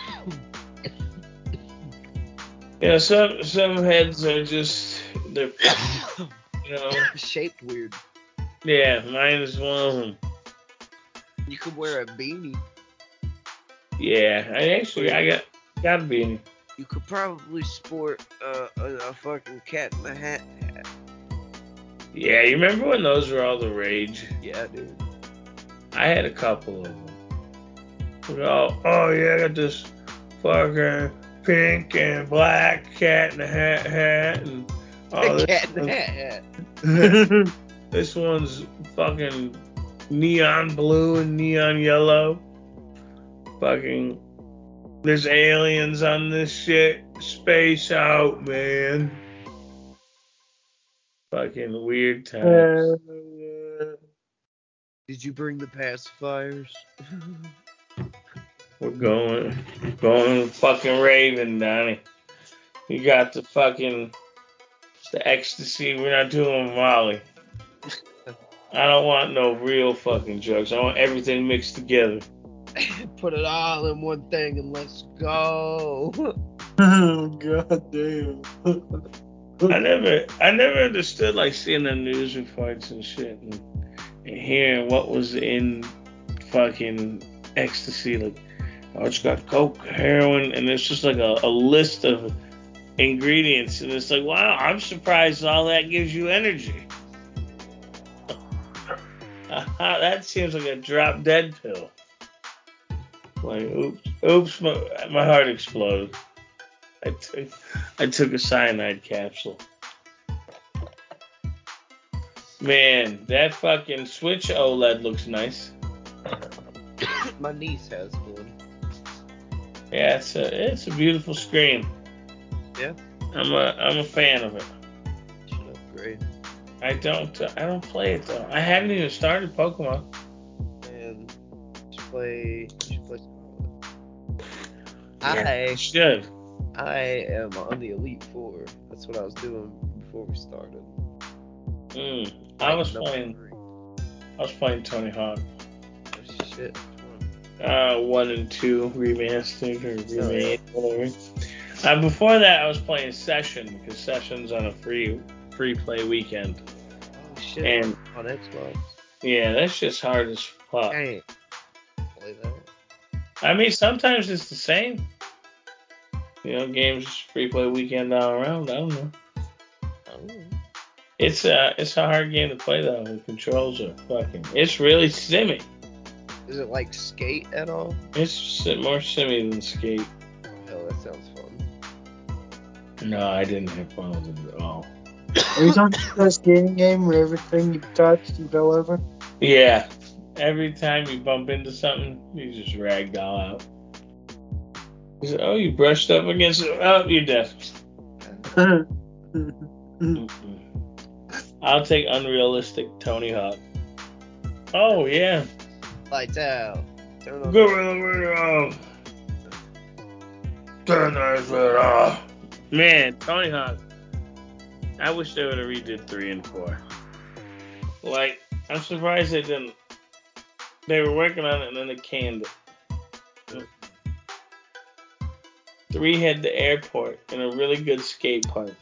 You know, some some heads are just they're you know
shaped weird.
yeah. Mine is one of them.
You could wear a beanie.
Yeah, I actually I got got a beanie.
You could probably sport uh, a, a fucking cat in a hat.
Yeah, you remember when those were all the rage?
Yeah, dude.
I had a couple of them. We all, oh yeah, I got this fucking pink and black cat in a hat hat and oh this
a cat in
one's-
a hat. hat.
This one's fucking neon blue and neon yellow. Fucking. There's aliens on this shit. Space out, man. Fucking weird times.
Uh,
Did you bring the pacifiers?
We're going, going fucking raving, Donnie. You got the fucking, the ecstasy. We're not doing Molly. I don't want no real fucking drugs. I want everything mixed together.
Put it all in one thing and let's go.
Oh god damn.
I never, I never understood like seeing the news reports and shit, and, and hearing what was in fucking ecstasy. Like, oh, it's got coke, heroin, and it's just like a, a list of ingredients, and it's like, wow, I'm surprised all that gives you energy. that seems like a drop dead pill. Like, oops, oops, my, my heart exploded. I took, I took a cyanide capsule. Man, that fucking Switch OLED looks nice.
My niece has one.
Yeah, it's a, it's a beautiful screen.
Yeah.
I'm a, I'm a fan of it.
Should upgrade.
I don't, I don't play it though. I haven't even started Pokemon.
And should play. Should play.
Yeah,
I
you should.
I am on the Elite Four. That's what I was doing before we started.
Mm. I was
Number
playing,
three.
I was playing Tony Hawk.
Oh, shit.
uh, one and two remastered or
Oh, yeah.
remade, whatever. Uh, before that, I was playing Session because Session's on a free free play weekend,
Oh shit.
and
on Xbox.
yeah, that's just hard as fuck.
Dang. Play that.
I mean, sometimes it's the same. You know, games free play weekend all around. I don't know.
I don't know.
It's a it's a hard game to play though. The controls are fucking. It's really simmy.
Is it like skate at all?
It's si- more simmy than skate.
Oh, hell, that sounds fun.
No, I didn't have fun with it at all.
Are you talking about that skating game where everything you touch you fell over?
Yeah. Every time you bump into something, you just ragdoll out. You say, oh, you brushed up against it. Oh, you're deaf. Mm-mm. I'll take unrealistic Tony Hawk. Oh, yeah.
Lights out. Turn on.
Gorilla Radio. Turn that shit off. Man, Tony Hawk. I wish they would have redid three and four. Like, I'm surprised they didn't. They were working on it and then they canned it. Three had the airport and a really good skate park.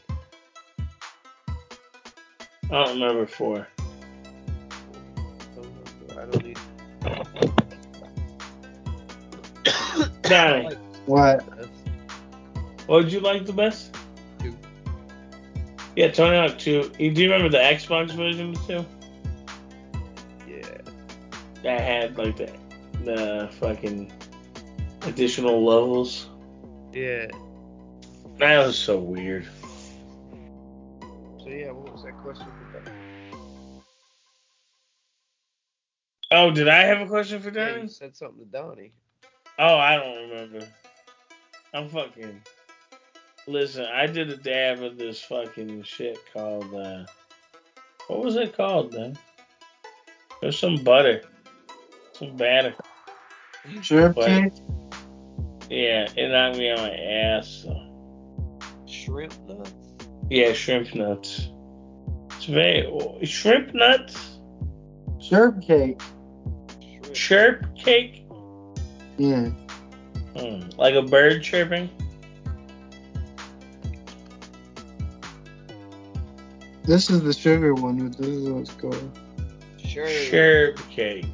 I don't remember four.
I don't need.
Danny,
Like,
What?
what would you like the best?
Two.
Yeah, Tony Hawk 2. You- Do you remember the Xbox version too?
yeah.
That had like the, the fucking additional levels.
Yeah.
That was so weird.
So yeah, what was that question? for Dad?
Oh, did I have a question for
Yeah, you
Dennis?
said something to Donnie.
Oh, I don't remember. I'm fucking. Listen, I did a dab of this fucking shit called. Uh, what was it called then? There's some butter. Some batter.
Shrimp
What?
cake?
Yeah, it knocked me on my ass. So.
Shrimp nuts.
uh, Yeah, shrimp nuts. It's very. Shrimp nuts?
Shrimp cake.
Shrimp.
Chirp cake?
Yeah.
Hmm, Like a bird chirping?
This is the sugar one, but this is what's called.
Sure.
Chirp cake.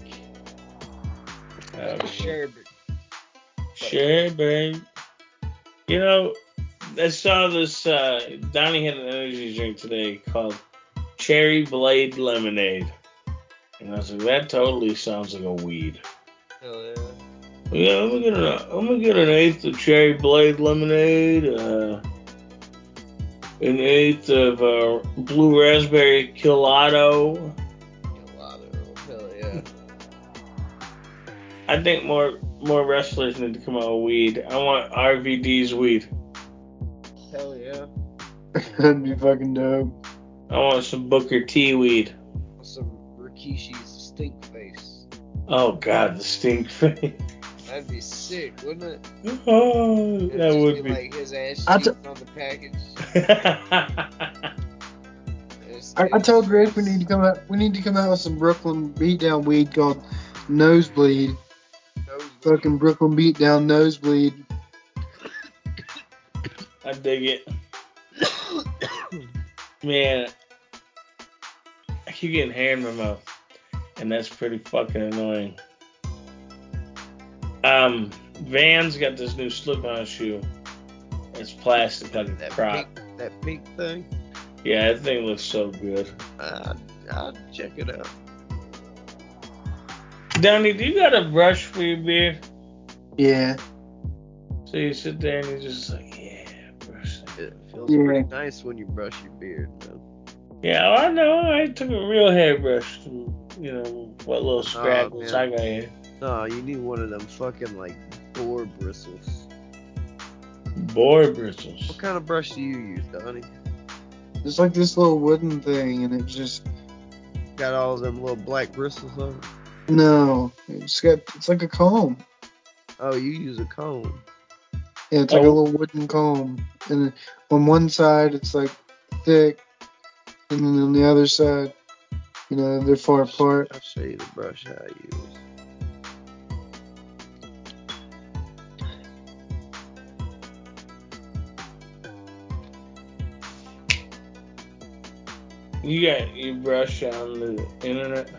Oh, shit.
Sherbet.
Sherbet. You know, I saw this. Uh, Donnie had an energy drink today called Cherry Blade Lemonade. And I was like, that totally sounds like a weed.
Hell yeah.
Yeah, I'm gonna get an, I'm gonna get an eighth of Cherry Blade Lemonade, uh, an eighth of uh, Blue Raspberry Gelato,
Gelato. Hell yeah.
I think more more wrestlers need to come out with weed. I want RVD's weed.
Hell yeah.
That'd be fucking dope.
I want some Booker T weed.
Some Rikishi's stink face.
Oh God, the stink face.
That'd be sick, wouldn't it?
Oh,
It'd
that
just
would be.
like his ass
I
cheeks on the package. It's-
I, I told Rick we need to come out. We need to come out with some Brooklyn beatdown weed called Nosebleed. Fucking Brooklyn beatdown Nosebleed.
I dig it. Man, I keep getting hair in my mouth, and that's pretty fucking annoying. Um, Van's got this new slip-on shoe. It's plastic like a
that
crop.
pink, that pink thing.
Yeah, that thing looks so good.
Uh, I'll check it out.
Donnie, do you got a brush for your beard?
Yeah.
So you sit there and you're just like, yeah, brush. that.
It feels
Yeah.
pretty nice when you brush your beard, though.
Yeah, well, I know. I took a real hairbrush. To, you know what little scraggles I
Oh, man.
got here.
No, you need one of them fucking like boar bristles.
Boar bristles.
What kind of brush do you use, Donnie?
It's like this little wooden thing, and it just
Got all them little black bristles on it?
no. It's got. It's like a comb.
Oh, you use a comb.
Yeah, it's like a
Oh.
little wooden comb, and on one side it's like thick, and then on the other side, you know, they're far apart.
I'll show you the brush I use.
You got your brush on the internet?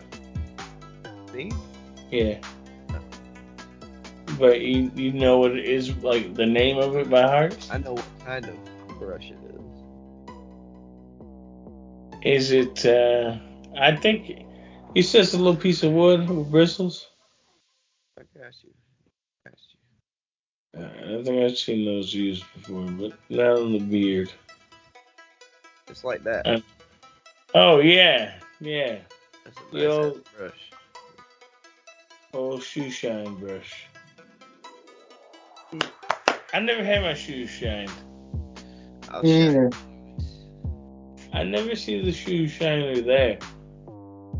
See?
Yeah. But you, you know what it is, like the name of it by heart?
I know what kind of brush it is.
Is it, uh, I think it's just a little piece of wood with bristles.
I got you. I got you.
Uh, I think I've seen those used before, but not on the beard.
It's like that.
Uh, Oh, yeah. Yeah.
That's a nice
yo.
ass brush.
Old shoe shine brush. I never had my shoes shined.
I'll show
Yeah.
I never see the shoe shiner there.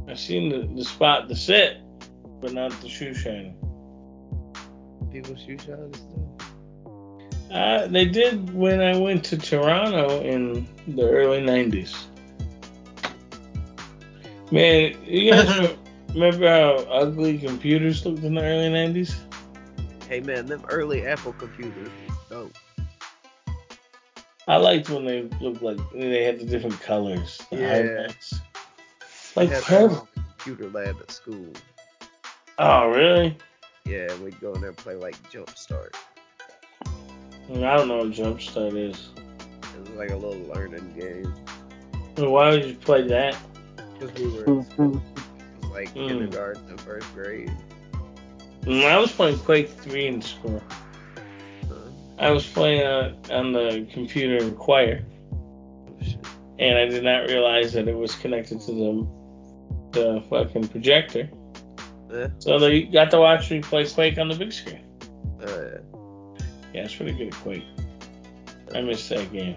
I seen the, the spot to sit, but not the shoe shiner.
people shoe shine and stuff.
Uh, they did when I went to Toronto in the early 90s. Man, you guys remember how ugly computers looked in the early 90s?
Hey man, them early Apple computers was dope.
I liked when they looked like they had the different colors. the
Yeah.
highlights.
We
Like
had that
purple.
on the computer lab at school.
Oh, really?
Yeah, we'd go in there and play like Jump Start.
I don't know what Jumpstart is.
It was like a little learning game.
Why would you play that?
Because we were
Hmm.
it
That's
was like
Mm.
kindergarten and first grade.
Mm, I was playing Quake 3 in school.
Huh?
I was playing uh, on the computer in choir,
Oh, shit.
and I did not realize that it was connected to the the fucking projector.
Yeah.
So they got to watch me play Quake on the big screen.
Uh,
Yeah, it's pretty good at Quake. I missed that game.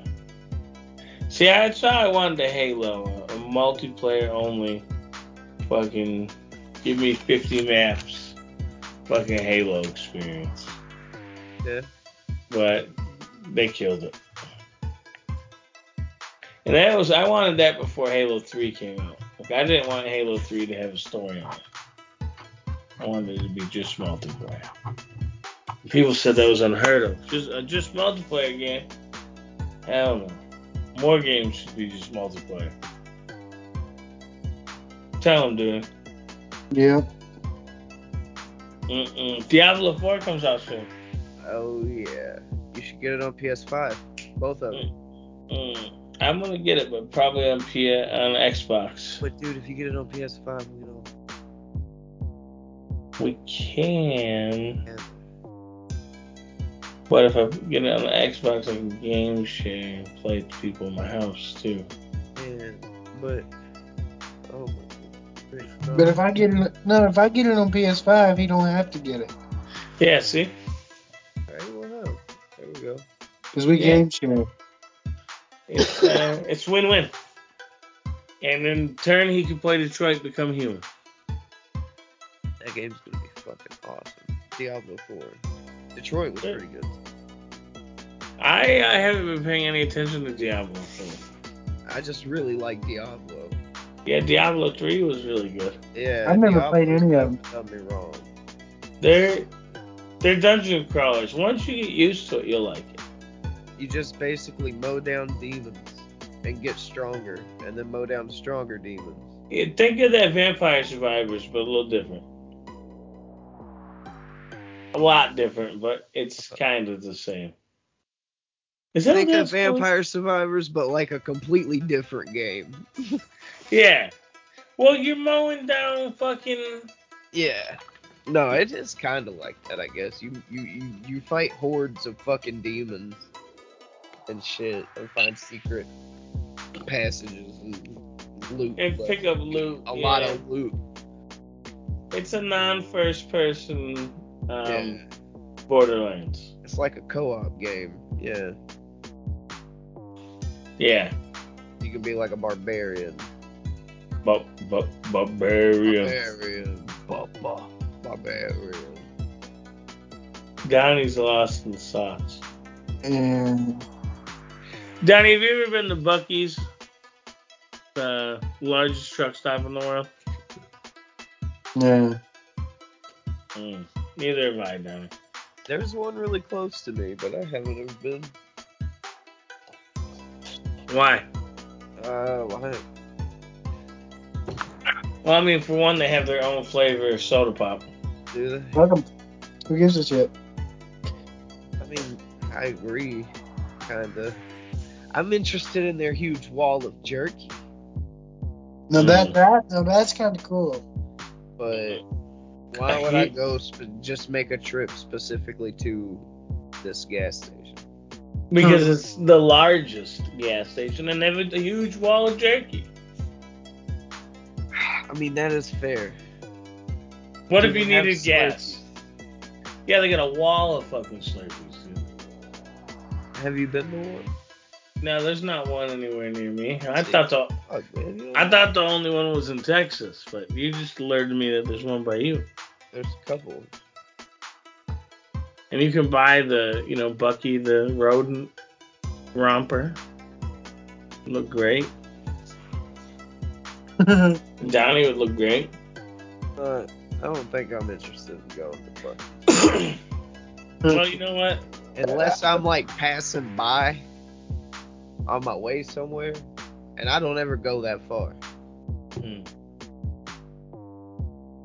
See, I saw I wanted a Halo, a multiplayer only, fucking give me 50 maps, fucking Halo experience.
yeah.
but they killed it. And that was I wanted that before Halo 3 came out. Like I didn't want Halo 3 to have a story on it. I wanted it to be just multiplayer. People said that was unheard of. Just uh, just multiplayer game. Hell no. More games should be just multiplayer. Tell them, dude.
yeah.
Mm-mm. Diablo 4 comes out soon.
Oh yeah. You should get it on PS5. Both of them.
Mm. I'm gonna get it, but probably on P- on Xbox.
But dude, if you get it on PS5, we don't.
We can.
have it.
But if I get it on the Xbox, I can game share and play it to people in my house too.
And but oh my goodness.
But if I get it, no, if I get it on PS5, he don't have to get it
Yeah, see?
Alright, well, no. There we go.
because we
Yeah.
game share.
It's, uh, it's win win. And in turn, he can play Detroit Become Human.
That game's gonna be fucking awesome. Diablo 4. Detroit was pretty good.
I I haven't been paying any attention to Diablo.
I just really like Diablo.
Yeah, Diablo 3 was really good.
Yeah.
I've never
Diablo
played any of 'em.
Don't get me wrong.
They're they're dungeon crawlers. Once you get used to it, you'll like it.
You just basically mow down demons and get stronger, and then mow down stronger demons.
You think of that Vampire Survivors, but a little different. A lot different, but it's kind of the same. Is that
Think
what that's
of
called?
Vampire Survivors, but like a completely different game.
Yeah. Well, you're mowing down fucking.
Yeah. No, it is kind of like that, I guess. You, you you you fight hordes of fucking demons and shit, and find secret passages and loot.
and
but
pick up loot.
a lot
yeah.
of loot.
It's a non-first person um,
yeah,
Borderlands.
it's like a co-op game. Yeah,
Yeah.
you can be like a barbarian.
Bu- bu- barbarian.
Barbarian. Baba. Barbarian.
Donnie's lost in the sauce.
And
Donnie, have you ever been to Bucky's? The largest truck stop in the world?
yeah.
Hmm.
Mm, Neither have I, Donnie.
There's one really close to me, but I haven't ever been.
Why?
Uh, why?
Well, I mean, for one, they have their own flavor of soda pop.
Hmm. Do they?
Welcome. Who gives a shit?
I mean, I agree, kinda. I'm interested in their huge wall of jerky,
No,
Mm.
that that no, that's kind of cool.
but why would I go sp- just make a trip specifically to this gas station?
Because it's the largest gas station and they have a huge wall of jerky.
I mean, that is fair.
What
Do
if you
they have
needed gas? Yeah, they got a wall of fucking Slurpees, dude.
Slurpees? Have you been to one?
No, there's not one anywhere near me. I
See.
thought the
Oh, man, you
I
know,
thought the only one was in Texas, but you just alerted me that there's one by you.
there's a couple.
And you can buy the, you know, Bucky the rodent romper. Look great. Donnie would look great.
But I don't think I'm interested in going to Buck.
Well, you know what?
Unless I'm like passing by on my way somewhere, and I don't ever go that far.
Hmm.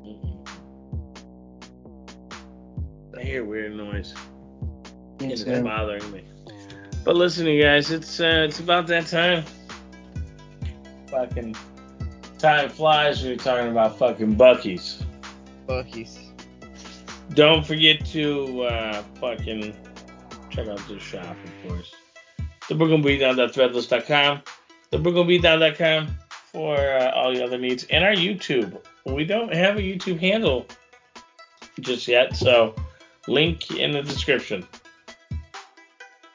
Mm-mm. I hear weird noise.
Me
It's
too.
bothering me. But listen, you guys, it's uh, it's about that time. Fucking time flies when you're talking about fucking Bucky's.
Bucky's.
Don't forget to uh, fucking check out the shop, of course. TheBrooklyBeatdown.threadless.com, TheBrooklyBeatdown.com for uh, all your other needs, and our YouTube. We don't have a YouTube handle just yet, so link in the description.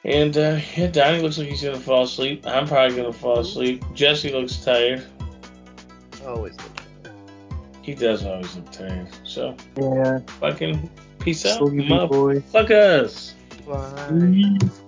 And uh, yeah, Donnie looks like he's gonna fall asleep. I'm probably gonna fall asleep. Jesse looks tired.
Always.
He does always look tired. So
Yeah.
fucking peace out,
Sleepy boy.
motherfuckers.
Bye.
Peace.